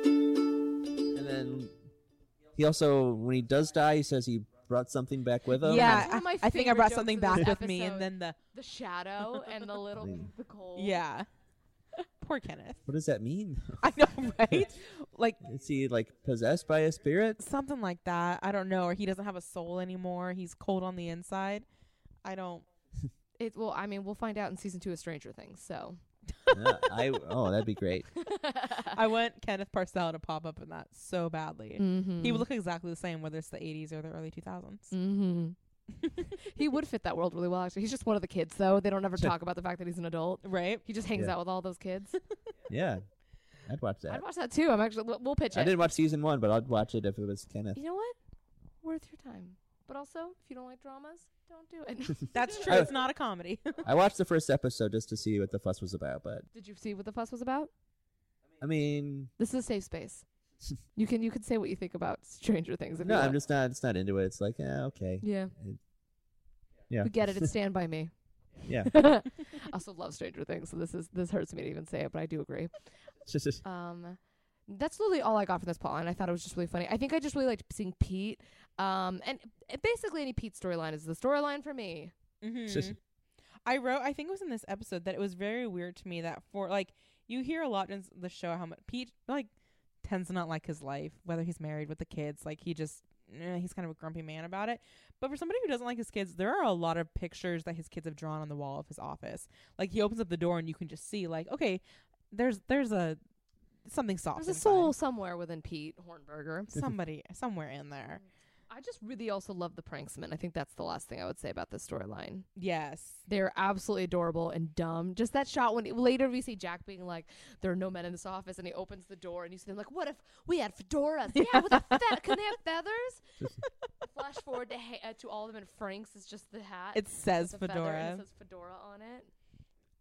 Speaker 5: And then he also, when he does die, he says he brought something
Speaker 3: <laughs>
Speaker 5: back with him.
Speaker 3: yeah,
Speaker 2: That's one
Speaker 3: I,
Speaker 2: of my
Speaker 3: I think I
Speaker 2: favorite
Speaker 3: brought
Speaker 2: jokes
Speaker 3: something
Speaker 2: of this
Speaker 3: back with me, and
Speaker 2: episode.
Speaker 3: then the
Speaker 2: The shadow and the little
Speaker 5: Mm.
Speaker 2: <laughs> the cold.
Speaker 3: yeah. <laughs> Poor Kenneth. <laughs>
Speaker 5: What does that mean? <laughs>
Speaker 3: I know, <laughs> right? like
Speaker 5: Is he like possessed by a
Speaker 2: <laughs>
Speaker 5: spirit?
Speaker 3: something like that. I don't know. Or he doesn't have a soul anymore. He's cold on the inside. I don't.
Speaker 2: It well, I mean, we'll find out in season two of Stranger Things.
Speaker 3: <laughs>
Speaker 2: So <laughs>
Speaker 5: Yeah, I oh, that'd be great.
Speaker 3: I want Kenneth Parcell to pop up in that so badly.
Speaker 2: mm-hmm.
Speaker 3: He would look exactly the same, whether it's the 80s or the early 2000s.
Speaker 2: Mm-hmm. he would fit that world really well. Actually, he's just one of the kids, though. They don't ever talk about the fact that he's an adult.
Speaker 3: <laughs> Right?
Speaker 2: He just hangs
Speaker 5: Yeah.
Speaker 2: out with all those kids.
Speaker 5: Yeah, I'd watch that.
Speaker 2: I'd watch that too. I'm actually. we'll- We'll pitch
Speaker 5: I
Speaker 2: it.
Speaker 5: didn't watch season one, but I'd watch it if it was Kenneth.
Speaker 2: You know what? Worth your time. But also, if you don't like dramas, don't do it.
Speaker 3: That's <laughs> true.
Speaker 5: I-
Speaker 3: it's not a comedy.
Speaker 5: I watched the first episode just to see what the fuss was about, but
Speaker 2: <laughs> Did you see what the fuss was about?
Speaker 5: I mean,
Speaker 2: This is a safe
Speaker 5: <laughs>
Speaker 2: space. you can you can say what you think about Stranger Things. If
Speaker 5: no,
Speaker 2: you
Speaker 5: I'm
Speaker 2: want.
Speaker 5: just not. It's not into it. It's like, yeah, okay,
Speaker 2: yeah.
Speaker 5: yeah,
Speaker 2: We get
Speaker 5: <laughs>
Speaker 2: it. It's Stand by <laughs> Me.
Speaker 5: yeah.
Speaker 2: I also love Stranger Things, so this is this hurts me to even say it, but I do agree.
Speaker 5: It's just- it's-
Speaker 2: Um, that's literally all I got from this plot, and I thought it was just really funny. I think I just really liked seeing Pete. Um, and uh, basically any Pete storyline is the storyline for me.
Speaker 3: Mhm. I wrote, I think it was in this episode, that it was very weird to me that for, like, you hear a lot in s- the show how much Pete, like, tends to not like his life, whether he's married with the kids. Like, he just, eh, he's kind of a grumpy man about it. But for somebody who doesn't like his kids, there are a lot of pictures that his kids have drawn on the wall of his office. Like, he opens up the door and you can just see, like, okay, there's, there's a, something soft.
Speaker 2: There's a
Speaker 3: inside.
Speaker 2: soul somewhere within Pete Hornberger.
Speaker 3: Somebody, somewhere in there.
Speaker 2: I just really also love the pranksman. I think that's the last thing I would say about this storyline.
Speaker 3: Yes.
Speaker 2: They're absolutely adorable and dumb. Just that shot when later we see Jack being like, "There are no men in this office," and he opens the door and you see them like, "What if we had
Speaker 3: <laughs>
Speaker 2: fedoras? Yeah, with a fe- can they have feathers?" Flash forward to ha- uh, to all of them and Frank's is just the hat.
Speaker 3: It says
Speaker 2: with a feather and
Speaker 3: fedora.
Speaker 2: it says fedora on it.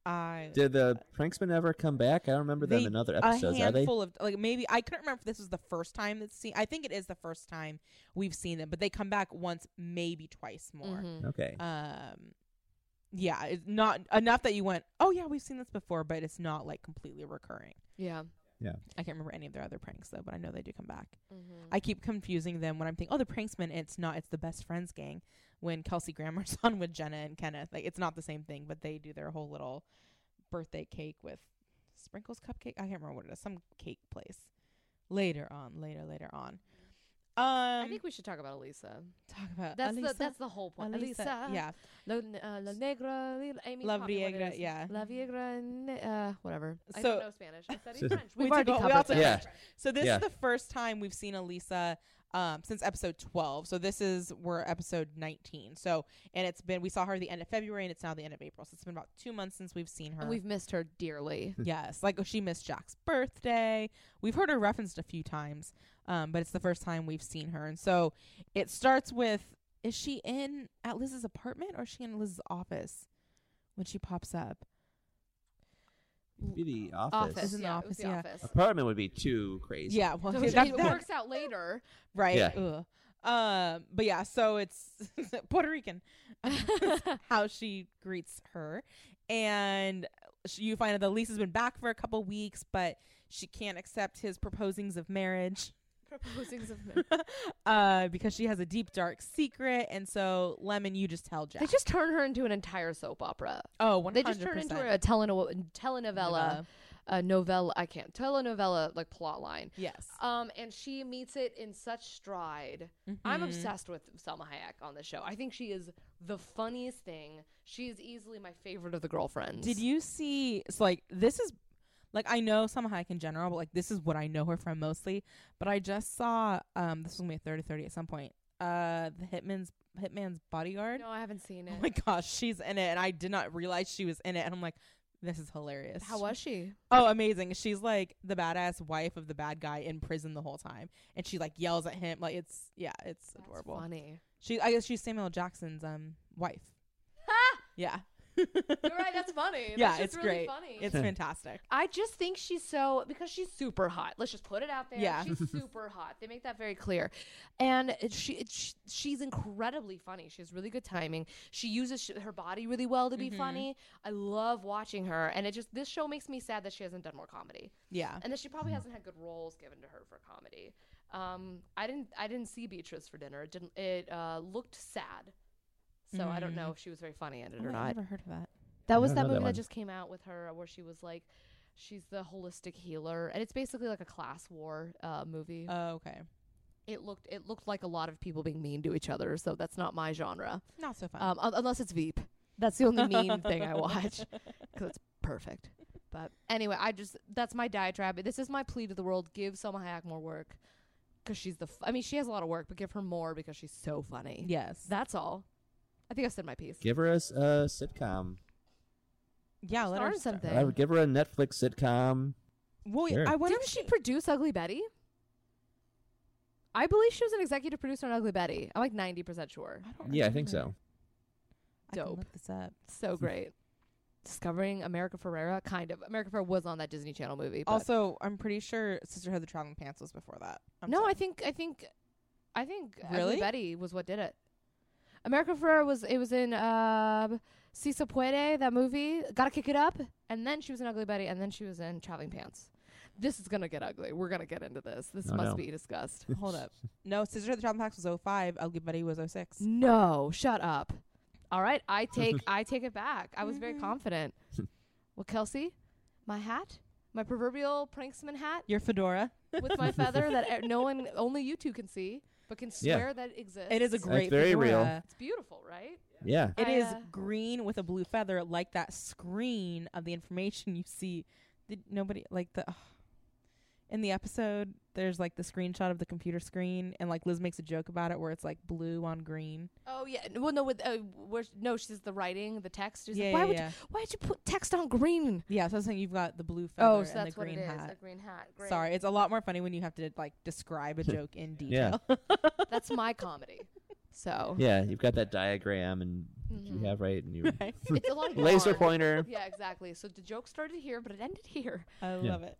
Speaker 3: I
Speaker 5: Did the pranksman ever come back? I don't remember them
Speaker 3: They-
Speaker 5: in other
Speaker 3: a
Speaker 5: episodes. Are they?
Speaker 3: handful of like maybe I couldn't remember if this was the first time that's seen. I think it is the first time we've seen them, but they come back once, maybe twice more.
Speaker 2: Mhm.
Speaker 5: Okay.
Speaker 3: Um, yeah, it's not enough that you went, oh yeah, we've seen this before, but it's not like completely recurring.
Speaker 2: Yeah.
Speaker 3: I can't remember any of their other pranks though, but I know they do come back.
Speaker 2: Mhm.
Speaker 3: I keep confusing them when I'm thinking, oh, the pranksman. It's not. It's the best friends gang. When Kelsey Grammer's <laughs> on with Jenna and Kenneth, like it's not the same thing, but they do their whole little birthday cake with sprinkles cupcake. I can't remember what it is. Some cake place. Later on, later, later on.
Speaker 2: I
Speaker 3: Um,
Speaker 2: think we should talk about Elisa.
Speaker 3: talk about
Speaker 2: That's
Speaker 3: Alisa,
Speaker 2: the that's the whole point.
Speaker 3: Alisa, Yeah,
Speaker 2: La, uh, La Negra, li- Amy
Speaker 3: La
Speaker 2: taught me what it
Speaker 3: Viegra,
Speaker 2: is.
Speaker 3: yeah.
Speaker 2: La Viegra, ne- uh, whatever. I
Speaker 3: So- <laughs>
Speaker 2: don't know Spanish. I studied French.
Speaker 3: We
Speaker 2: We've
Speaker 3: took
Speaker 2: already
Speaker 3: all- we
Speaker 2: covered
Speaker 3: also
Speaker 2: that.
Speaker 5: yeah.
Speaker 3: So this
Speaker 5: Yeah.
Speaker 3: is the first time we've seen Elisa um, since episode 12. So this is we're episode 19. So and it's been we saw her the end of February and it's now the end of April. So it's been about two months since we've seen her.
Speaker 2: And we've missed her dearly.
Speaker 3: yes, like oh, she missed Jack's birthday. We've heard her referenced a few times, um, but it's the first time we've seen her. And so it starts with is she in at Liz's apartment or is she in Liz's office when she pops up?
Speaker 5: Be the office.
Speaker 2: Office.
Speaker 3: It's in the
Speaker 2: yeah,
Speaker 3: office,
Speaker 2: It was the
Speaker 3: yeah.
Speaker 2: office.
Speaker 5: Apartment would be too crazy.
Speaker 3: Yeah, well,
Speaker 2: So
Speaker 3: yeah,
Speaker 2: it-
Speaker 3: that-
Speaker 2: it
Speaker 3: that-
Speaker 2: works out
Speaker 3: <laughs>
Speaker 2: later.
Speaker 3: right.
Speaker 5: Yeah.
Speaker 3: Ugh. Um, but yeah, so it's <laughs> Puerto Rican <laughs> how she greets her, and sh- you find out that Lisa's been back for a couple weeks, but she can't accept his proposings of marriage
Speaker 2: Proposings of
Speaker 3: uh, because she has a deep dark secret, and so Lemon, you just tell
Speaker 2: <laughs>
Speaker 3: Jack.
Speaker 2: They just turn her into an entire soap opera.
Speaker 3: oh, one
Speaker 2: They
Speaker 3: hundred
Speaker 2: just turn into
Speaker 3: percent.
Speaker 2: a teleno- telenovela, a novella. I can't telenovela like plot line.
Speaker 3: Yes.
Speaker 2: Um, and she meets it in such stride.
Speaker 3: Mm-hmm.
Speaker 2: I'm obsessed with Selma Hayek on the show. I think she is the funniest thing. She is easily my favorite of the girlfriends.
Speaker 3: Did you see? It's like this is like I know Selma Hayek in general, but like this is what I know her from mostly. But I just saw um this was gonna be a thirty thirty at some point. Uh, the Hitman's Hitman's Bodyguard.
Speaker 2: No, I haven't seen
Speaker 3: Oh
Speaker 2: it.
Speaker 3: my gosh, she's in it, and I did not realize she was in it. And I'm like, this is hilarious.
Speaker 2: How was she?
Speaker 3: Oh, amazing! She's like the badass wife of the bad guy in prison the whole time, and she like yells at him. Like it's yeah, it's adorable.
Speaker 2: Funny.
Speaker 3: She I guess she's Samuel L. Jackson's um wife. yeah,
Speaker 2: You're right. That's
Speaker 3: <laughs>
Speaker 2: funny.
Speaker 3: yeah,
Speaker 2: That's just
Speaker 3: it's
Speaker 2: really
Speaker 3: great.
Speaker 2: Funny.
Speaker 5: <laughs>
Speaker 3: It's fantastic.
Speaker 2: I just think she's so because she's super hot. Let's just put it out there.
Speaker 3: Yeah.
Speaker 2: she's super hot. They make that very clear, and it- she, it- sh she's incredibly funny. She has really good timing. She uses sh- her body really well to be funny. I love watching her, and it just this show makes me sad that she hasn't done more comedy,
Speaker 3: Yeah.
Speaker 2: and that she probably hasn't had good roles given to her for comedy. Um, I didn't I didn't see Beatrice for dinner. It didn't it uh, looked sad. So I don't know if she was very funny in it or
Speaker 3: I
Speaker 2: not.
Speaker 3: never heard of that.
Speaker 2: That was
Speaker 5: don't
Speaker 2: that
Speaker 5: know that
Speaker 2: movie that,
Speaker 5: one.
Speaker 2: just came out with her, uh, where she was like, she's the holistic healer, and it's basically like a class war uh, movie.
Speaker 3: Oh, okay.
Speaker 2: it looked it looked like a lot of people being mean to each other, so that's not my genre,
Speaker 3: Not so fun.
Speaker 2: um, un- unless it's Veep. That's the only mean thing I watch <laughs> because it's perfect. But anyway, I just that's my diatribe. This is my plea to the world: give Selma Hayek more work because she's the. F- I mean, she has a lot of work, but give her more because she's so funny.
Speaker 3: yes.
Speaker 2: That's all. I think I said my piece.
Speaker 5: Give her a, s- a sitcom.
Speaker 3: yeah. Let her
Speaker 2: Start
Speaker 3: start.
Speaker 2: something.
Speaker 5: I would give her a Netflix sitcom.
Speaker 3: Well,
Speaker 5: Sure.
Speaker 3: I wonder
Speaker 2: Didn't
Speaker 3: if
Speaker 2: she produce Ugly Betty? I believe she was an executive producer on Ugly Betty. I'm like 90% sure.
Speaker 3: I don't
Speaker 5: Yeah, I think so.
Speaker 3: remember. I can
Speaker 2: Dope.
Speaker 3: look this up.
Speaker 2: So great. Discovering America Ferrera, kind of. America Ferrera was on that Disney Channel movie. but-
Speaker 3: Also, I'm pretty sure Sisterhood of the Traveling Pants was before that. I'm
Speaker 2: no,
Speaker 3: sorry.
Speaker 2: I think I think I think
Speaker 3: Really?
Speaker 2: Ugly Betty was what did it. America Ferrera was it was in uh, Si Se Puede that movie. Gotta kick it up, and then she was in Ugly Betty, and then she was in Traveling Pants. This is gonna get ugly. We're gonna get into this. This
Speaker 5: Oh,
Speaker 2: must
Speaker 5: no.
Speaker 2: be discussed.
Speaker 3: Hold up. No, Sisterhood of the Traveling Pants was 05. Ugly Betty was 06.
Speaker 2: No, shut up. All right, I take I take it back. I was very confident. well, Kelsey, my hat, my proverbial pranksman hat
Speaker 3: Your fedora.
Speaker 2: with my feather that e- no one, only you two can see, but can
Speaker 5: Yeah.
Speaker 2: swear that exists.
Speaker 3: <laughs> It is a great
Speaker 5: very real.
Speaker 3: fedora.
Speaker 2: It's beautiful, right?
Speaker 5: <laughs> Yeah.
Speaker 3: It
Speaker 2: I,
Speaker 3: is
Speaker 2: uh,
Speaker 3: green with a blue feather, like that screen of the information you see. Did nobody like the ugh. in the episode? There's like the screenshot of the computer screen, and like Liz makes a joke about it, where it's like blue on green.
Speaker 2: Oh yeah. Well, no, with uh, where, no, she's the writing, the text. She's
Speaker 3: Yeah,
Speaker 2: like, why
Speaker 3: yeah,
Speaker 2: would
Speaker 3: yeah.
Speaker 2: you, why'd you put text on green?
Speaker 3: Yeah, so I was saying you've got the blue feather
Speaker 2: Oh, so
Speaker 3: and
Speaker 2: that's
Speaker 3: the green
Speaker 2: what it is.
Speaker 3: hat.
Speaker 2: A green hat. Great.
Speaker 3: Sorry, it's a lot more funny when you have to like describe a joke in
Speaker 5: Yeah.
Speaker 3: detail.
Speaker 2: <laughs>
Speaker 3: <laughs>
Speaker 2: that's my comedy.
Speaker 5: <laughs>
Speaker 2: So
Speaker 5: Yeah, you've got that diagram and that
Speaker 2: Mm-hmm.
Speaker 5: you have
Speaker 2: <laughs>
Speaker 5: right and you
Speaker 3: Right?
Speaker 2: it's a lot of
Speaker 5: laser
Speaker 2: yarn.
Speaker 5: pointer.
Speaker 2: Yeah, exactly. So the joke started here, but it ended here.
Speaker 3: I
Speaker 5: Yeah.
Speaker 3: love it.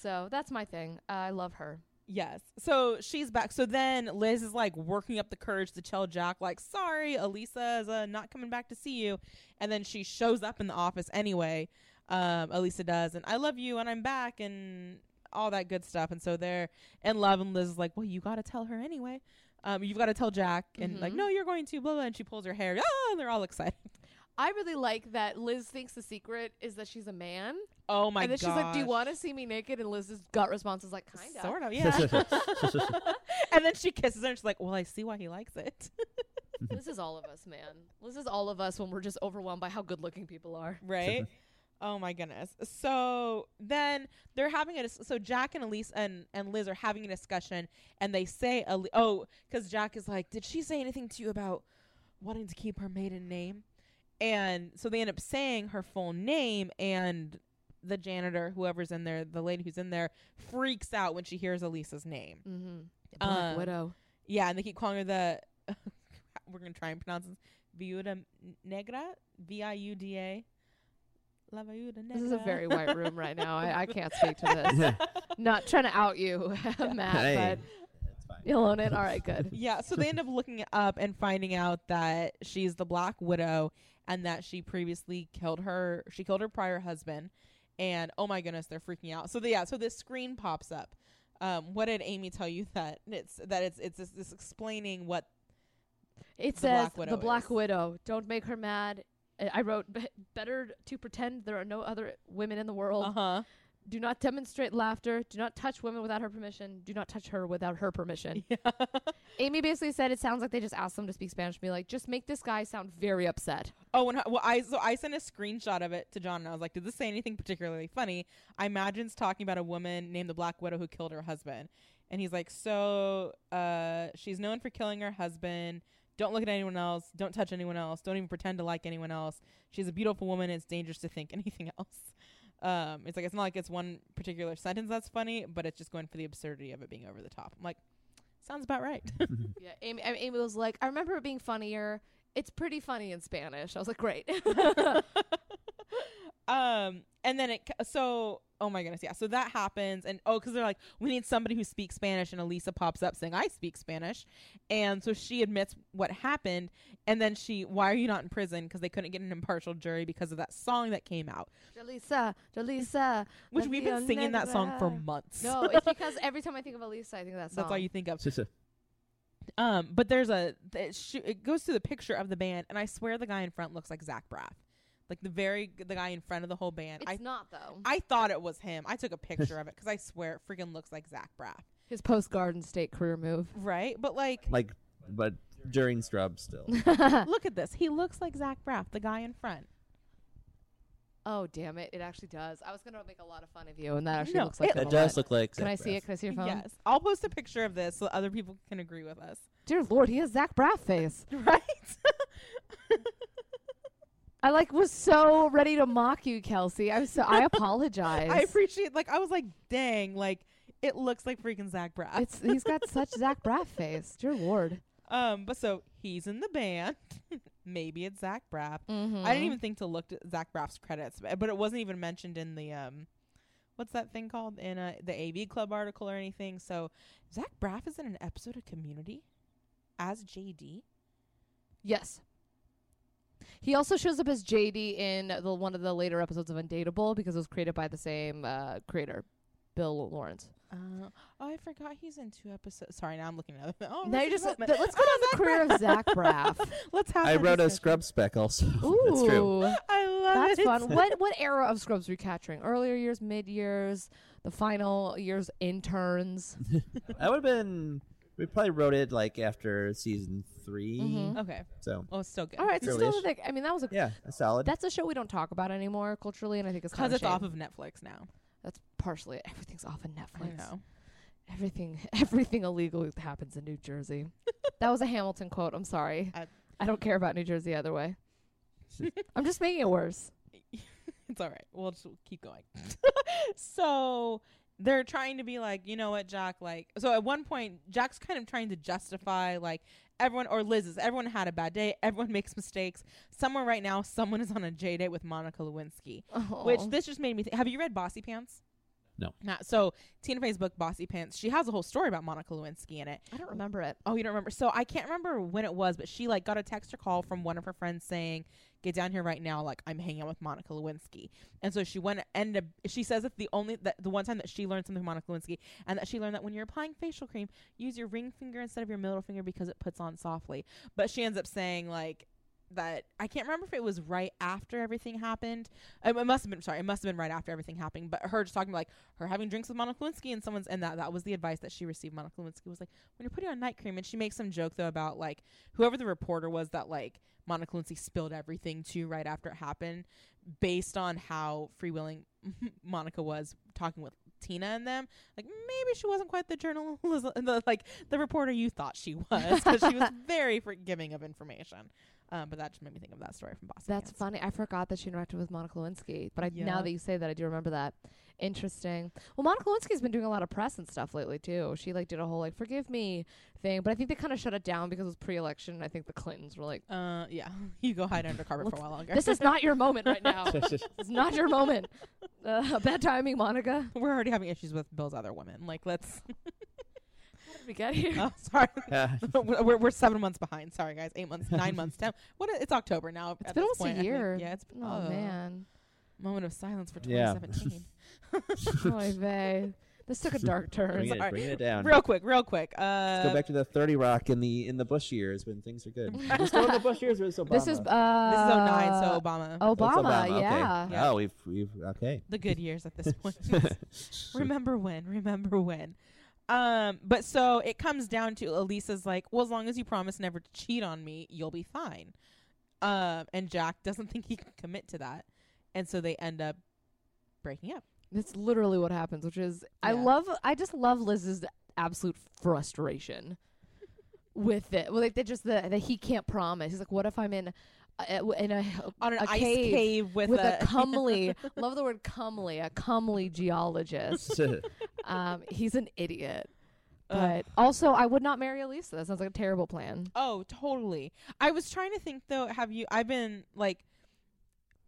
Speaker 2: So that's my thing. I love her.
Speaker 3: Yes. So she's back. So then Liz is like working up the courage to tell Jack, like, sorry, Elisa is uh, not coming back to see you. And then she shows up in the office anyway. Um, Elisa does. And I love you and I'm back and all that good stuff. And so they're in love. And Liz is like, well, you got to tell her anyway. Um, you've got to tell Jack. And like, no, you're going to, blah, blah. And she pulls her hair. Ah, and they're all excited.
Speaker 2: I really like that Liz thinks the secret is that she's a man.
Speaker 3: Oh my
Speaker 2: and
Speaker 3: god.
Speaker 2: then she's like, Do you want to see me naked? And Liz's gut response is like, Kind of.
Speaker 3: <laughs> Sort of, yeah. and then she kisses her and she's like, well, I see why he likes it.
Speaker 2: This is all of us, man. This is all of us when we're just overwhelmed by how good looking people are.
Speaker 3: right? Oh my goodness. So then they're having a dis- so Jack and Elise and and Liz are having a discussion, and they say, Ali- "Oh, because Jack is like, did she say anything to you about wanting to keep her maiden name?" And so they end up saying her full name, and the janitor, whoever's in there, the lady who's in there, freaks out when she hears Elise's name.
Speaker 2: Mm-hmm. Black
Speaker 3: Um,
Speaker 2: Widow.
Speaker 3: Yeah, and they keep calling her the. <laughs> we're gonna try and pronounce this. Viuda Negra, V I U D A. La Viuda Negra.
Speaker 2: This is a very white
Speaker 3: <laughs>
Speaker 2: room right now. I, I can't speak to this. Not trying to out you, <laughs> Matt,
Speaker 5: Hey,
Speaker 2: but
Speaker 5: it's fine.
Speaker 2: you'll own it. All right,
Speaker 5: <laughs>
Speaker 2: good.
Speaker 3: yeah, so they end up looking it up and finding out that she's the Black Widow and that she previously killed her. She killed her prior husband, and oh my goodness, they're freaking out. So they, yeah, so this screen pops up. Um, what did Amy tell you <laughs> that it's that it's it's this, this explaining what
Speaker 2: It
Speaker 3: The
Speaker 2: says
Speaker 3: Black Widow
Speaker 2: the Black
Speaker 3: is.
Speaker 2: Widow. Don't make her mad. I- I wrote "Be- better to pretend there are no other women in the world.
Speaker 3: uh huh
Speaker 2: Do not demonstrate laughter. Do not touch women without her permission. Do not touch her without her <laughs>
Speaker 3: <laughs>
Speaker 2: permission. Amy basically said it sounds like they just asked them to speak Spanish and be like, just make this guy sound very upset.
Speaker 3: Oh, and well, I so I sent a screenshot of it to John, and I was like, "Did this say anything particularly funny?" I imagine's talking about a woman named the Black Widow who killed her husband, and he's like, "So, uh, she's known for killing her husband. Don't look at anyone else. Don't touch anyone else. Don't even pretend to like anyone else. She's a beautiful woman. It's dangerous to think <laughs> anything else." Um, it's like it's not like it's one particular sentence that's funny, but it's just going for the absurdity of it being over the top. I'm like, sounds about right.
Speaker 2: Yeah, Amy, I- Amy was like, I remember it being funnier. It's pretty funny in Spanish. I was like, <laughs> great.
Speaker 3: <laughs> um, and then it c- so oh my goodness, yeah. So that happens, and oh, because they're like, we need somebody who speaks Spanish, and Elisa pops up saying, "I speak Spanish," and so she admits what happened, and then she, "Why are you not in prison?" Because they couldn't get an impartial jury because of that song that came out,
Speaker 2: Jalisa, Jalisa.
Speaker 3: which
Speaker 2: la
Speaker 3: we've been singing that song for
Speaker 2: Leonera.
Speaker 3: months. <laughs>
Speaker 2: No, <laughs> it's because every time I think of Elisa, I think of that song.
Speaker 3: that's all you think of.
Speaker 5: It's just a-
Speaker 3: Um, but there's a it, sh- it goes to the picture of the band, and I swear the guy in front looks like Zach Braff, like the very the guy in front of the whole band.
Speaker 2: It's
Speaker 3: I
Speaker 2: not, though.
Speaker 3: I thought it was him. I took a picture of it because I swear it freaking looks like Zach Braff.
Speaker 2: His post Garden State career move.
Speaker 3: Right? But like,
Speaker 5: like, but during
Speaker 2: <laughs>
Speaker 5: Scrub still.
Speaker 3: look at this. He looks like Zach Braff, the guy in front.
Speaker 2: <laughs> Oh, damn it. It actually does. I was going to make a lot of fun of you, and that actually
Speaker 3: No,
Speaker 2: looks like
Speaker 3: it-
Speaker 2: him
Speaker 5: It
Speaker 2: a
Speaker 5: does
Speaker 2: lot.
Speaker 5: look like.
Speaker 2: Can
Speaker 5: Zach
Speaker 2: I see
Speaker 5: Braff.
Speaker 2: it? Can I see your phone?
Speaker 3: Yes. I'll post a picture of this so other people can agree
Speaker 2: <laughs>
Speaker 3: with us.
Speaker 2: Dear Lord, he has Zach Braff face.
Speaker 3: Right?
Speaker 2: I like was so ready to mock you, Kelsey. I'm so <laughs> I apologize.
Speaker 3: <laughs> I appreciate, like, I was like, dang, like, it looks like freaking Zach Braff.
Speaker 2: it's he's got such Zach Braff face. Dear Lord.
Speaker 3: um, but so he's in the band. <laughs> Maybe it's Zach Braff.
Speaker 2: Mm-hmm.
Speaker 3: I didn't even think to look at Zach Braff's credits, but but it wasn't even mentioned in the um, what's that thing called in uh, the AV Club article or anything. So Zach Braff is in an episode of Community as JD.
Speaker 2: Yes. He also shows up as JD in the one of the later episodes of Undateable because it was created by the same uh, creator, Bill Lawrence.
Speaker 3: Uh, oh, I forgot he's in two episodes. Sorry, now I'm looking at it. <laughs> Oh,
Speaker 2: now you
Speaker 3: Arrested
Speaker 2: just
Speaker 3: Development.
Speaker 2: th- let's go down the career of Zach
Speaker 3: <laughs>
Speaker 2: Braff.
Speaker 3: let's have.
Speaker 5: I
Speaker 3: that
Speaker 5: wrote a
Speaker 3: discussion.
Speaker 5: Scrub spec also. <laughs> That's true.
Speaker 2: Ooh,
Speaker 3: I love
Speaker 2: that's
Speaker 3: it.
Speaker 2: fun. <laughs> What what era of Scrubs are you capturing? Earlier years, mid years, the final years, interns.
Speaker 5: I would have been. We probably wrote it like after season 3
Speaker 2: Mhm.
Speaker 3: Okay.
Speaker 5: So
Speaker 3: Oh, it's still good.
Speaker 2: All
Speaker 3: <laughs>
Speaker 2: right, so still
Speaker 5: Early-ish.
Speaker 2: like I mean that was a
Speaker 5: yeah, a solid.
Speaker 2: that's a show we don't talk about anymore culturally, and I think it's
Speaker 3: Because
Speaker 2: kinda
Speaker 3: it's
Speaker 2: shame.
Speaker 3: off of Netflix now.
Speaker 2: That's partially everything's off of
Speaker 3: I
Speaker 2: Netflix.
Speaker 3: know.
Speaker 2: Everything <laughs> everything illegal happens in New
Speaker 3: <laughs>
Speaker 2: Jersey. that was a Hamilton quote. I'm sorry. I,
Speaker 3: I-
Speaker 2: don't care about New Jersey either
Speaker 3: <laughs>
Speaker 2: way. I'm just making it worse.
Speaker 3: It's all right. We'll just keep going. <laughs> so they're trying to be like, you know what, Jack? Like, so at one point, Jack's kind of trying to justify like everyone or Liz's. Everyone had a bad day. <laughs> Everyone makes mistakes. Someone right now, someone is on a J date with Monica Lewinsky. Which
Speaker 2: Oh.
Speaker 3: this just made me think. Have you read Bossy Pants?
Speaker 5: No.
Speaker 3: Not so. Tina Fey's book, Bossy Pants. She has a whole story about Monica Lewinsky in it.
Speaker 2: I don't remember it.
Speaker 3: Oh, you don't remember? So I can't remember when it was, but she like got a text or call from one of her friends saying, "Get down here right now! Like I'm hanging out with Monica Lewinsky." And so she went and up she says that the only that the one time that she learned something from Monica Lewinsky and that she learned that when you're applying facial cream, use your ring finger instead of your middle finger because it puts on softly. But she ends up saying like that I can't remember if it was right after everything happened. Um, It must have been sorry, it must have been right after everything happened. But her just talking about like her having drinks with Monica Lewinsky and someone's and that that was the advice that she received. Monica Lewinsky was like, when you're putting on night cream, and she makes some joke though about like whoever the reporter was that like Monica Lewinsky spilled everything to right after it happened, based on how freewheeling <laughs> Monica was talking with Tina and them. Like maybe she wasn't quite the journalist, <laughs> the, like the reporter you thought she was, because she was very forgiving of information. Um, but that just made me think of that story from Boston.
Speaker 2: That's
Speaker 3: Dance.
Speaker 2: funny. I forgot that she interacted with Monica Lewinsky, but I, now
Speaker 3: Yeah.
Speaker 2: that you say that, I do remember that. Interesting. Well, Monica Lewinsky's been doing a lot of press and stuff lately too. She like did a whole like "forgive me" thing, but I think they kind of shut it down because it was pre-election. I think the Clintons were like,
Speaker 3: Uh, yeah, <laughs> you go hide under carpet for
Speaker 2: Let's-
Speaker 3: a while
Speaker 2: <laughs>
Speaker 3: longer.
Speaker 2: "This is not your moment right now.
Speaker 5: <laughs>
Speaker 2: it's not your moment. Uh, bad timing, Monica.
Speaker 3: <laughs> We're already having issues with Bill's other women. Like,
Speaker 2: <laughs>
Speaker 3: let's. <laughs>
Speaker 2: How did we get here?
Speaker 3: Oh, sorry. <laughs>
Speaker 5: Yeah.
Speaker 3: we're, we're- we're seven months behind. Sorry, guys. Eight months,
Speaker 2: <laughs>
Speaker 3: nine months, ten. What? i- It's October now.
Speaker 2: it's
Speaker 3: at
Speaker 2: been
Speaker 3: this
Speaker 2: almost
Speaker 3: point, I
Speaker 2: a
Speaker 3: think.
Speaker 2: year.
Speaker 3: Yeah, it's been.
Speaker 2: oh,
Speaker 3: <laughs>
Speaker 2: man.
Speaker 3: Moment of silence for
Speaker 5: Yeah. <laughs>
Speaker 3: 2017.
Speaker 2: Oy vey. Oh, This took a dark turn.
Speaker 5: Bring it,
Speaker 3: Sorry.
Speaker 5: bring it down.
Speaker 3: real quick, real quick. Uh,
Speaker 5: Let's go back to the 30 Rock in the in the Bush years when things are good. We're still in the Bush years. Or is Obama?
Speaker 2: This is uh, oh.
Speaker 3: this is 09, so Obama.
Speaker 5: It's Obama.
Speaker 2: Obama.
Speaker 5: okay.
Speaker 2: yeah.
Speaker 3: Yeah.
Speaker 5: Oh, we've we've okay.
Speaker 3: the good years at
Speaker 5: <laughs>
Speaker 3: this point. <laughs> remember when? Remember when? Um, but so it comes down to Elisa's like, well, as long as you promise never to cheat on me, you'll be fine. Um, and Jack doesn't <laughs> think he can commit to that, and so they end up breaking up.
Speaker 2: That's literally what happens, which is I
Speaker 3: Yeah.
Speaker 2: love I just love Liz's absolute frustration with it. Well, like that just the that he can't promise. He's like, what if I'm in a, in a
Speaker 3: On an
Speaker 2: a
Speaker 3: ice
Speaker 2: cave
Speaker 3: cave, with,
Speaker 2: with a
Speaker 3: <laughs>
Speaker 2: comely love the word comely a comely
Speaker 5: <laughs>
Speaker 2: geologist. um, he's an <laughs> idiot.
Speaker 3: Ugh.
Speaker 2: But also, I would not marry Elisa. That sounds like a terrible plan.
Speaker 3: Oh, totally. I was trying to think though. Have you? I've been like,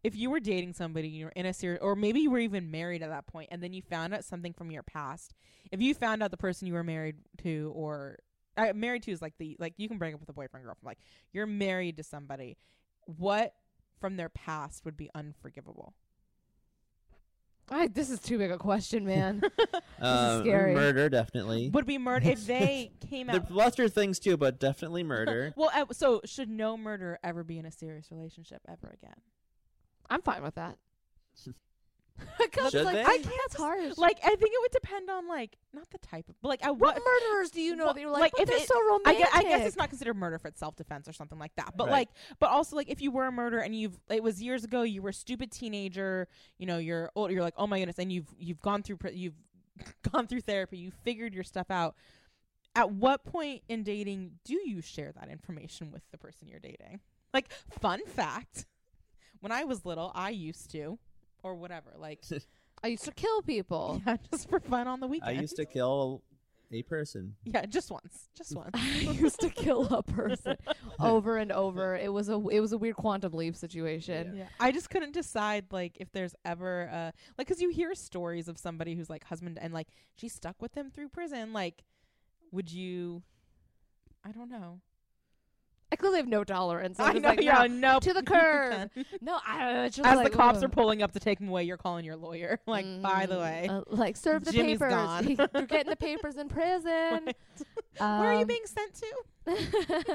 Speaker 3: if you were dating somebody, you're in a serious, or maybe you were even married at that point, and then you found out something from your past. If you found out the person you were married to, or uh, married to is like the like you can break up with a boyfriend girlfriend. Like you're married to somebody, what from their past would be unforgivable?
Speaker 2: I, this is too big a question, man.
Speaker 5: Um,
Speaker 2: scary.
Speaker 5: Murder definitely.
Speaker 3: Would be murder if they came
Speaker 5: There's
Speaker 3: out.
Speaker 5: lesser things too, but definitely murder.
Speaker 3: <laughs> Well, uh, so should no murderer ever be in a serious relationship ever again?
Speaker 2: <laughs> I'm fine with that. <laughs> 'Cause,
Speaker 5: Should
Speaker 2: like,
Speaker 5: they?
Speaker 2: I can't. That's harsh.
Speaker 3: Like I think it would depend on like not the type of but like I
Speaker 2: What
Speaker 3: what
Speaker 2: murderers do you know
Speaker 3: Well,
Speaker 2: that you're like,
Speaker 3: like,
Speaker 2: "Oh,
Speaker 3: if
Speaker 2: they're
Speaker 3: it-
Speaker 2: so
Speaker 3: I
Speaker 2: romantic?
Speaker 3: guess, I guess it's not considered murder if it's self defense or something like that. But
Speaker 5: Right.
Speaker 3: like, but also like, if you were a murderer and you've it was years ago, you were a stupid teenager, you know, you're old, you're like, oh my goodness, and you've you've gone through pr- you've <laughs> gone through therapy, you figured your stuff out. At what point in dating do you share that information with the person you're dating? Like, fun fact: when I was little, I used to, or whatever, like,
Speaker 2: I used to kill people.
Speaker 3: <laughs> yeah, just for fun on the
Speaker 5: I
Speaker 3: weekend.
Speaker 5: used to kill a person.
Speaker 3: yeah, just once,
Speaker 2: <laughs>
Speaker 3: just once.
Speaker 2: <laughs> I used to kill a <laughs> person over and over. It was a it was a weird quantum leap situation.
Speaker 3: Yeah. I just couldn't decide like if there's ever uh like 'cause you hear stories of somebody who's like husband and like she stuck with him through prison like would you I don't know.
Speaker 2: I clearly have no tolerance. I'm
Speaker 3: I
Speaker 2: just
Speaker 3: know
Speaker 2: like,
Speaker 3: yeah,
Speaker 2: no,
Speaker 3: no. <laughs>
Speaker 2: to the curb. <laughs> No, I, it's just
Speaker 3: As
Speaker 2: like,
Speaker 3: the cops
Speaker 2: ugh.
Speaker 3: are pulling up to take him away, you're calling your lawyer. <laughs> Like, by the
Speaker 2: Mm,
Speaker 3: way,
Speaker 2: uh, like serve the
Speaker 3: Jimmy's
Speaker 2: papers.
Speaker 3: gone.
Speaker 2: <laughs> You're getting
Speaker 3: <laughs>
Speaker 2: the papers in prison.
Speaker 3: Right. where are you
Speaker 2: Um,
Speaker 3: being sent to?
Speaker 2: <laughs>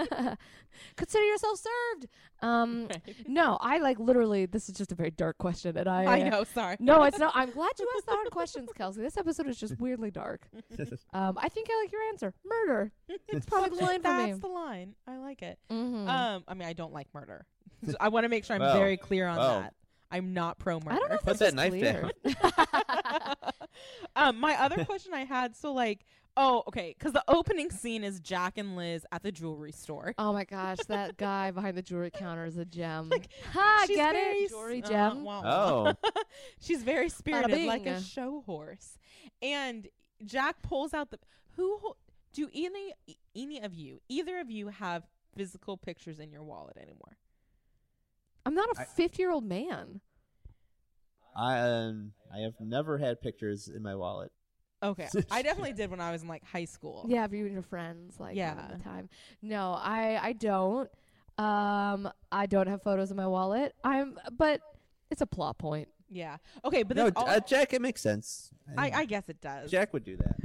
Speaker 2: Consider yourself served. Um, No, I like literally. This is just a very dark question, and I
Speaker 3: <laughs> I
Speaker 2: uh,
Speaker 3: know. Sorry.
Speaker 2: No,
Speaker 3: <laughs>
Speaker 2: it's not. I'm glad you asked the hard questions, Kelsey. This episode is just weirdly dark.
Speaker 5: <laughs>
Speaker 2: Um, I think I like your answer. Murder. It's probably the line for
Speaker 3: That's
Speaker 2: me.
Speaker 3: the line. I like it.
Speaker 2: Mhm.
Speaker 3: Um, I mean, I don't like murder. <laughs> So I want to make sure I'm
Speaker 5: Well,
Speaker 3: very clear on
Speaker 5: well.
Speaker 3: that. I'm not pro murder.
Speaker 2: I don't know if
Speaker 5: Put
Speaker 2: this is
Speaker 5: that knife
Speaker 2: clear.
Speaker 5: down. <laughs>
Speaker 3: <laughs> um, my other question I had, so like, oh, okay, because the opening scene is Jack and Liz at the jewelry store.
Speaker 2: Oh my gosh, that guy behind the jewelry counter is a
Speaker 3: <laughs>
Speaker 2: gem. ha,
Speaker 3: She's
Speaker 2: get
Speaker 3: very
Speaker 2: it?
Speaker 3: s-
Speaker 2: Jewelry
Speaker 3: uh,
Speaker 2: gem.
Speaker 3: wah, wah.
Speaker 5: Oh,
Speaker 3: <laughs> she's very spirited, like
Speaker 2: bing.
Speaker 3: a show horse. And Jack pulls out the who hol- do any any of you, either of you, have physical pictures in your wallet anymore?
Speaker 2: I'm not a
Speaker 5: I-
Speaker 2: 50 year old man.
Speaker 5: I um, I have never had pictures in my wallet.
Speaker 3: Okay,
Speaker 5: <laughs>
Speaker 3: I definitely did when I was in like high school.
Speaker 2: Yeah, if you and your friends, like, yeah.
Speaker 3: Yeah.
Speaker 2: the time. No, I, I don't. Um, I don't have photos in my wallet. I'm, but it's a plot point.
Speaker 3: Yeah. Okay, but
Speaker 5: no,
Speaker 3: that's all-
Speaker 5: uh, Jack, it makes sense.
Speaker 3: I, I guess it does. <laughs>
Speaker 5: Jack would do that.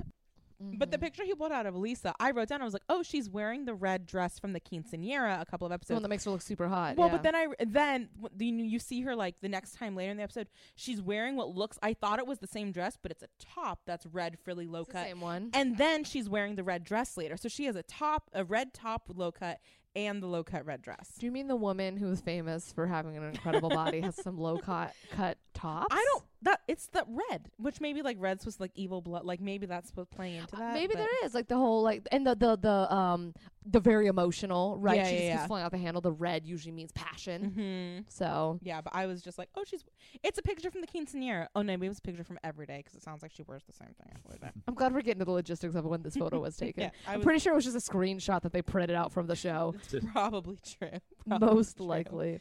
Speaker 3: But
Speaker 2: Mm-hmm.
Speaker 3: the picture he pulled out of Lisa, I wrote down. I was like, "Oh, she's wearing the red dress from the quinceanera." A couple of
Speaker 2: the one
Speaker 3: episodes.
Speaker 2: that makes her look super hot.
Speaker 3: well,
Speaker 2: yeah.
Speaker 3: but then I then w- you you see her like the next time later in the episode, she's wearing what looks. I thought it was the same dress, but it's a top that's red, frilly, low
Speaker 2: It's the
Speaker 3: cut.
Speaker 2: same one.
Speaker 3: And then she's wearing the red dress later, so she has a top, a red top with low cut, and the low cut red dress.
Speaker 2: Do you mean the woman who is famous for having an incredible body has some low cut cut tops?
Speaker 3: I don't. That it's the red, which maybe like red's was like evil blood. Like maybe that's what's playing into
Speaker 2: Uh,
Speaker 3: that.
Speaker 2: Maybe
Speaker 3: but-
Speaker 2: there is like the whole like and the the the um the very emotional right.
Speaker 3: Yeah,
Speaker 2: she just
Speaker 3: yeah, yeah.
Speaker 2: keeps flying out the handle. The red usually means passion.
Speaker 3: Mhm.
Speaker 2: So
Speaker 3: Yeah, but I was just like, oh, she's. It's a picture from the quinceanera. Oh no, maybe it was a picture from every day because it sounds like she wears the same thing every day.
Speaker 2: I'm glad we're getting to the logistics of when this <laughs> photo was taken.
Speaker 3: <laughs> yeah, I
Speaker 2: I'm
Speaker 3: was
Speaker 2: pretty sure it was just a screenshot that they printed out from the show.
Speaker 3: probably true. Probably
Speaker 2: Most
Speaker 3: true.
Speaker 2: likely.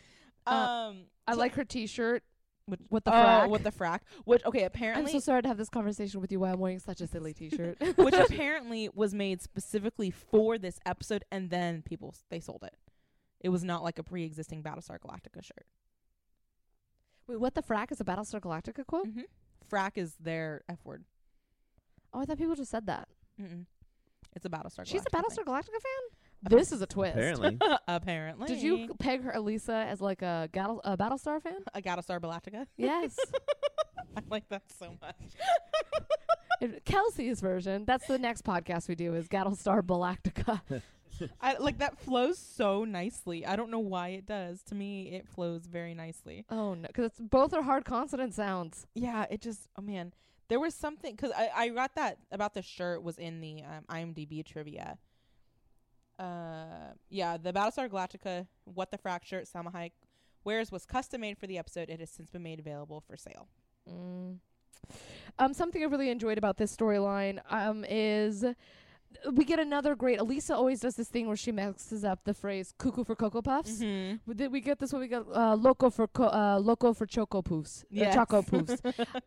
Speaker 3: Um,
Speaker 2: I
Speaker 3: so-
Speaker 2: like her T-shirt Uh,
Speaker 3: With-
Speaker 2: with the
Speaker 3: oh,
Speaker 2: frack.
Speaker 3: with the
Speaker 2: <laughs>
Speaker 3: frack. Which okay,
Speaker 2: I'm <laughs>
Speaker 3: apparently,
Speaker 2: so sorry to have this conversation with you while I'm wearing such a silly T-shirt.
Speaker 3: <laughs>
Speaker 2: <laughs>
Speaker 3: which apparently was made specifically for this episode, and then people s- they sold it. It was not like a pre-existing Battlestar Galactica shirt.
Speaker 2: Wait, what the frack is a Battlestar Galactica quote?
Speaker 3: Mm-hmm. Frack is their f word.
Speaker 2: Oh, I thought people just said that.
Speaker 3: Mm-mm. It's a Battlestar.
Speaker 2: She's a
Speaker 3: Galactica
Speaker 2: Battlestar
Speaker 3: thing.
Speaker 2: Galactica fan. This is a twist.
Speaker 3: <laughs>
Speaker 5: Apparently, <laughs>
Speaker 3: apparently.
Speaker 2: Did you peg her Elisa as like a, Gattle, a Battlestar fan?
Speaker 3: a Battlestar Galactica? <laughs>
Speaker 2: Yes.
Speaker 3: I like that so much. <laughs>
Speaker 2: If- Kelsey's version. That's the next podcast we do is Battlestar
Speaker 3: <laughs>
Speaker 2: Galactica.
Speaker 3: I like that flows so nicely. I don't know why it does. To me, it flows very nicely.
Speaker 2: Oh no, because both are hard consonant sounds.
Speaker 3: Yeah, it just oh man, there was something because I I got that about the shirt was in the um, IMDb trivia. Uh, yeah, the Battlestar Galactica what the frack shirt Salma Hayek wears was custom made for the episode. It has since been made available for sale.
Speaker 2: Mm. Um, something I really enjoyed about this storyline um, is we get another great. Elisa always does this thing where she mixes up the phrase "cuckoo for cocoa puffs."
Speaker 3: Mm-hmm.
Speaker 2: We did- We get this one. We got uh, "loco for co- uh, loco for choco poofs." uh,
Speaker 3: Yes.
Speaker 2: choco
Speaker 3: <laughs>
Speaker 2: poofs.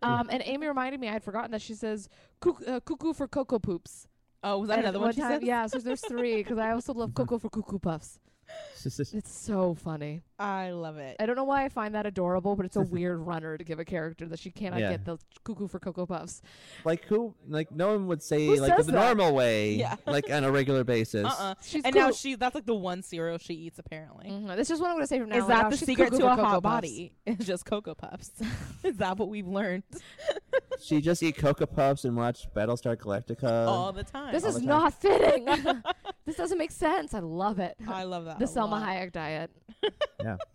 Speaker 2: um, and Amy reminded me I had forgotten that she says "cuck- uh, "cuckoo for cocoa poops."
Speaker 3: Oh, was that
Speaker 2: And
Speaker 3: another one? she
Speaker 2: time,
Speaker 3: said?
Speaker 2: yeah. So there's three because I also love "cocoa for cuckoo puffs." It's so funny.
Speaker 3: I love it.
Speaker 2: I don't know why I find that adorable,
Speaker 3: <laughs>
Speaker 2: but it's a weird runner to give a character that she cannot
Speaker 5: Yeah.
Speaker 2: get the cuckoo for cocoa puffs.
Speaker 5: like who? Like no one would say
Speaker 2: Who
Speaker 5: like
Speaker 2: says
Speaker 5: the
Speaker 2: that?
Speaker 5: normal
Speaker 3: <laughs>
Speaker 5: way,
Speaker 3: Yeah.
Speaker 5: like on a regular basis.
Speaker 3: Uh <laughs> uh
Speaker 2: She's
Speaker 3: And now
Speaker 2: cuckoo-
Speaker 3: she that's like the one cereal she eats apparently.
Speaker 2: Mhm. That's just what I'm gonna say from now
Speaker 3: Is
Speaker 2: on.
Speaker 3: that
Speaker 2: Now
Speaker 3: the
Speaker 2: she's
Speaker 3: secret
Speaker 2: cuckoo
Speaker 3: to a
Speaker 2: for Cocoa
Speaker 3: hot
Speaker 2: Puffs.
Speaker 3: body? It's just Cocoa Puffs. <laughs> Is that what we've learned
Speaker 5: She just eat Cocoa Puffs and watch Battlestar Galactica.
Speaker 3: all the time?
Speaker 2: This
Speaker 5: all
Speaker 2: is
Speaker 3: <laughs>
Speaker 5: the
Speaker 2: <laughs>
Speaker 5: time.
Speaker 2: not fitting. this doesn't make sense. I love it.
Speaker 3: I love
Speaker 2: <laughs>
Speaker 3: that.
Speaker 2: the
Speaker 3: a
Speaker 2: Selma
Speaker 3: lot.
Speaker 2: Hayek diet.
Speaker 5: Yeah.
Speaker 2: <laughs>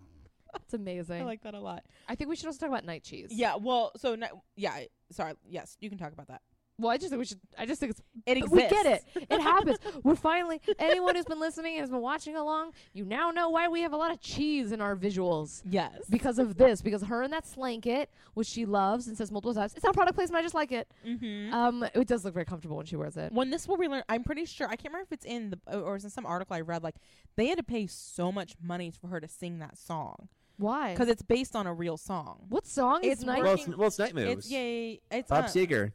Speaker 2: It's amazing.
Speaker 3: I like that a lot.
Speaker 2: I think we should also talk about night cheese.
Speaker 3: Yeah. Well, so ni- yeah. I- Sorry. Yes, you can talk about that.
Speaker 2: Well, I just think we should. I just <laughs> think it's.
Speaker 3: It
Speaker 2: but
Speaker 3: exists.
Speaker 2: We get it.
Speaker 3: <laughs>
Speaker 2: It happens. We're finally. Anyone who's been listening and has been watching along, you now know why we have a lot of cheese in our visuals.
Speaker 3: Yes.
Speaker 2: because of this, because her and that slanket, which she loves and says multiple times, it's not product placement. I just like it.
Speaker 3: hmm
Speaker 2: Um, it does look very comfortable when she wears it.
Speaker 3: When this will we learn? I'm pretty sure. I can't remember if it's in the or it's in some article I read. Like they had to pay so much money for her to sing that song
Speaker 2: Why?
Speaker 3: because it's based on a real song.
Speaker 2: what song is
Speaker 3: It's
Speaker 2: night?
Speaker 5: well,
Speaker 3: working-
Speaker 5: it's, well, it's night moves.
Speaker 3: It's yeah. yeah, yeah. It's
Speaker 5: Bob
Speaker 3: uh,
Speaker 5: Seger.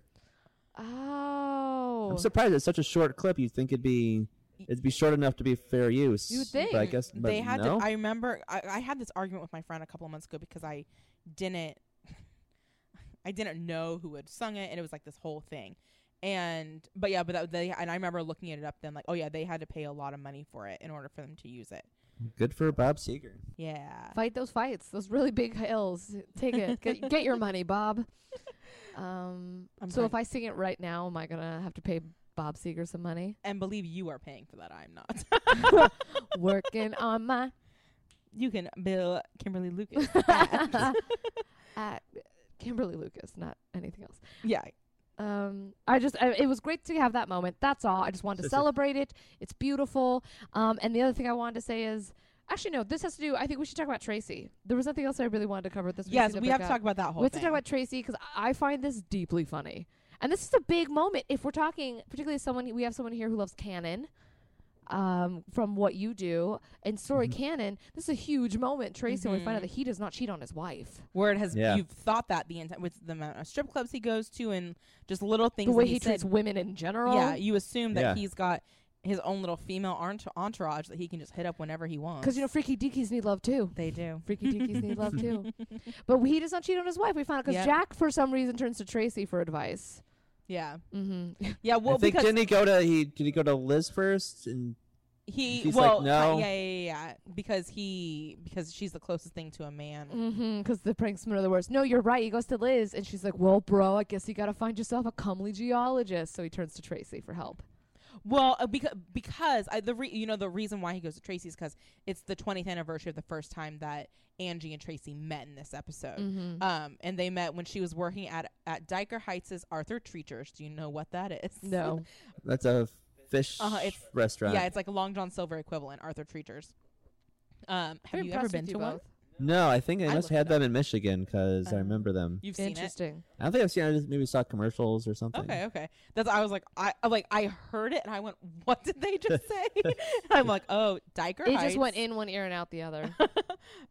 Speaker 2: oh,
Speaker 5: I'm surprised it's such a short clip. You'd think it'd be it'd be short enough to be fair use.
Speaker 2: You would
Speaker 5: But I
Speaker 2: think.
Speaker 5: guess but
Speaker 3: they had
Speaker 5: no.
Speaker 3: to i remember I, I had this argument with my friend a couple of months ago because i didn't <laughs> i didn't know who had sung it and it was like this whole thing and but yeah but that, they and i remember looking it up then like oh yeah they had to pay a lot of money for it in order for them to use it
Speaker 5: Good for Bob Seger.
Speaker 3: yeah
Speaker 2: fight those fights, those really big hills. Take it. get, get your money,
Speaker 3: <laughs>
Speaker 2: Bob. Um,
Speaker 3: I'm
Speaker 2: so
Speaker 3: fine.
Speaker 2: if I sing it right now, am I gonna have to pay Bob Seger some money?
Speaker 3: and believe you are paying for that i'm not <laughs>
Speaker 2: Working on my
Speaker 3: you can bill kimberly lucas <laughs> at-
Speaker 2: at Kimberly Lucas, not anything else.
Speaker 3: yeah
Speaker 2: um i just I, it was great to have that moment that's all i just wanted to celebrate it it's beautiful um and the other thing i wanted to say is actually no this has to do i think we should talk about tracy there was nothing else i really wanted to cover this
Speaker 3: yes
Speaker 2: season
Speaker 3: we have to
Speaker 2: pickup.
Speaker 3: talk about that whole
Speaker 2: we have
Speaker 3: thing
Speaker 2: to talk about tracy because i find this deeply funny and this is a big moment if we're talking particularly someone we have someone here who loves canon um from what you do and story canon this is a huge moment tracy when we
Speaker 3: Mm-hmm.
Speaker 2: find out that he does not cheat on his wife
Speaker 3: where it has
Speaker 5: Yeah.
Speaker 3: you've thought that the entire with the amount of strip clubs he goes to and just little things
Speaker 2: the way
Speaker 3: that he,
Speaker 2: he
Speaker 3: said
Speaker 2: treats women in general
Speaker 3: Yeah, you assume that
Speaker 5: Yeah.
Speaker 3: he's got his own little female entour- entourage that he can just hit up whenever he wants.
Speaker 2: because you know freaky deakies need love too
Speaker 3: they do.
Speaker 2: Freaky deakies need love
Speaker 3: <laughs>
Speaker 2: too. But he does not cheat on his wife. We found out because
Speaker 3: Yep.
Speaker 2: Jack, for some reason, turns to Tracy for advice.
Speaker 3: Yeah.
Speaker 2: Mm-hmm.
Speaker 3: Yeah. Well,
Speaker 5: I think
Speaker 3: because
Speaker 5: didn't he go to he did he go to Liz first and
Speaker 3: he
Speaker 5: she's like,
Speaker 3: well
Speaker 5: "No."
Speaker 3: yeah, yeah yeah yeah because he because she's the closest thing to a man.
Speaker 2: Mm-hmm. Because the pranksmen are the worst. No, you're right. He goes to Liz, and she's like, "Well, bro, I guess you gotta find yourself a comely geologist." So he turns to Tracy for help.
Speaker 3: Well, because because I, the re- you know the reason why he goes to Tracy's because it's the 20th anniversary of the first time that Angie and Tracy met in this episode.
Speaker 2: Mm-hmm.
Speaker 3: Um, and they met when she was working at at Diker Heights' Arthur Treacher's. Do you know what that is?
Speaker 2: <laughs> No,
Speaker 5: that's a fish
Speaker 3: Uh-huh, it's-
Speaker 5: restaurant.
Speaker 3: Yeah, it's like a Long John Silver equivalent, Arthur Treacher's. Um, have
Speaker 2: Very
Speaker 3: you ever
Speaker 2: impressed
Speaker 3: been
Speaker 2: with
Speaker 3: to
Speaker 2: you
Speaker 3: one?
Speaker 2: both.
Speaker 5: no, I think I
Speaker 3: I
Speaker 5: must
Speaker 3: looked
Speaker 5: have had
Speaker 3: it
Speaker 5: them in Michigan because
Speaker 3: Um,
Speaker 5: I remember them.
Speaker 3: You've seen it.
Speaker 2: Interesting.
Speaker 5: I don't think I've seen. it. I just maybe saw commercials or something.
Speaker 3: Okay,
Speaker 5: <laughs>
Speaker 3: okay. That's I was like I I- like I heard it and I went, <laughs> what did they just say? <laughs> and I'm like, oh, Diker.
Speaker 2: It
Speaker 3: Heights.
Speaker 2: just went in one ear and out the other.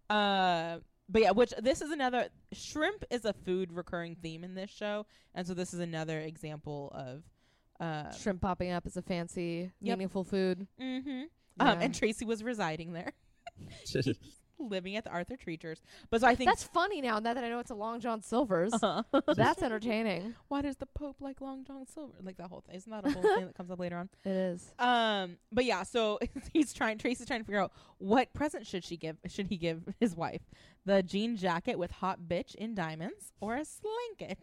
Speaker 3: uh, but yeah, which this is another shrimp is a food recurring theme in this show, and so this is another example of. Uh,
Speaker 2: <laughs> Shrimp popping up is a fancy,
Speaker 3: Yep.
Speaker 2: meaningful food.
Speaker 3: mm-hmm.
Speaker 2: Yeah.
Speaker 3: um, and Tracy was residing there, <laughs> living at the Arthur Treacher's. But so I think
Speaker 2: That's funny now. Now that I know it's a Long John Silver's, <laughs>
Speaker 3: Uh-huh.
Speaker 2: that's entertaining.
Speaker 3: why does the Pope like Long John Silver? Like that whole thing. Isn't
Speaker 2: <laughs>
Speaker 3: that a whole thing that comes up later on?
Speaker 2: It is.
Speaker 3: Um, but yeah, so <laughs> he's trying. Tracy's trying to figure out what present should she give? Should he give <laughs> his wife the jean jacket with "hot bitch" in diamonds or a slinket?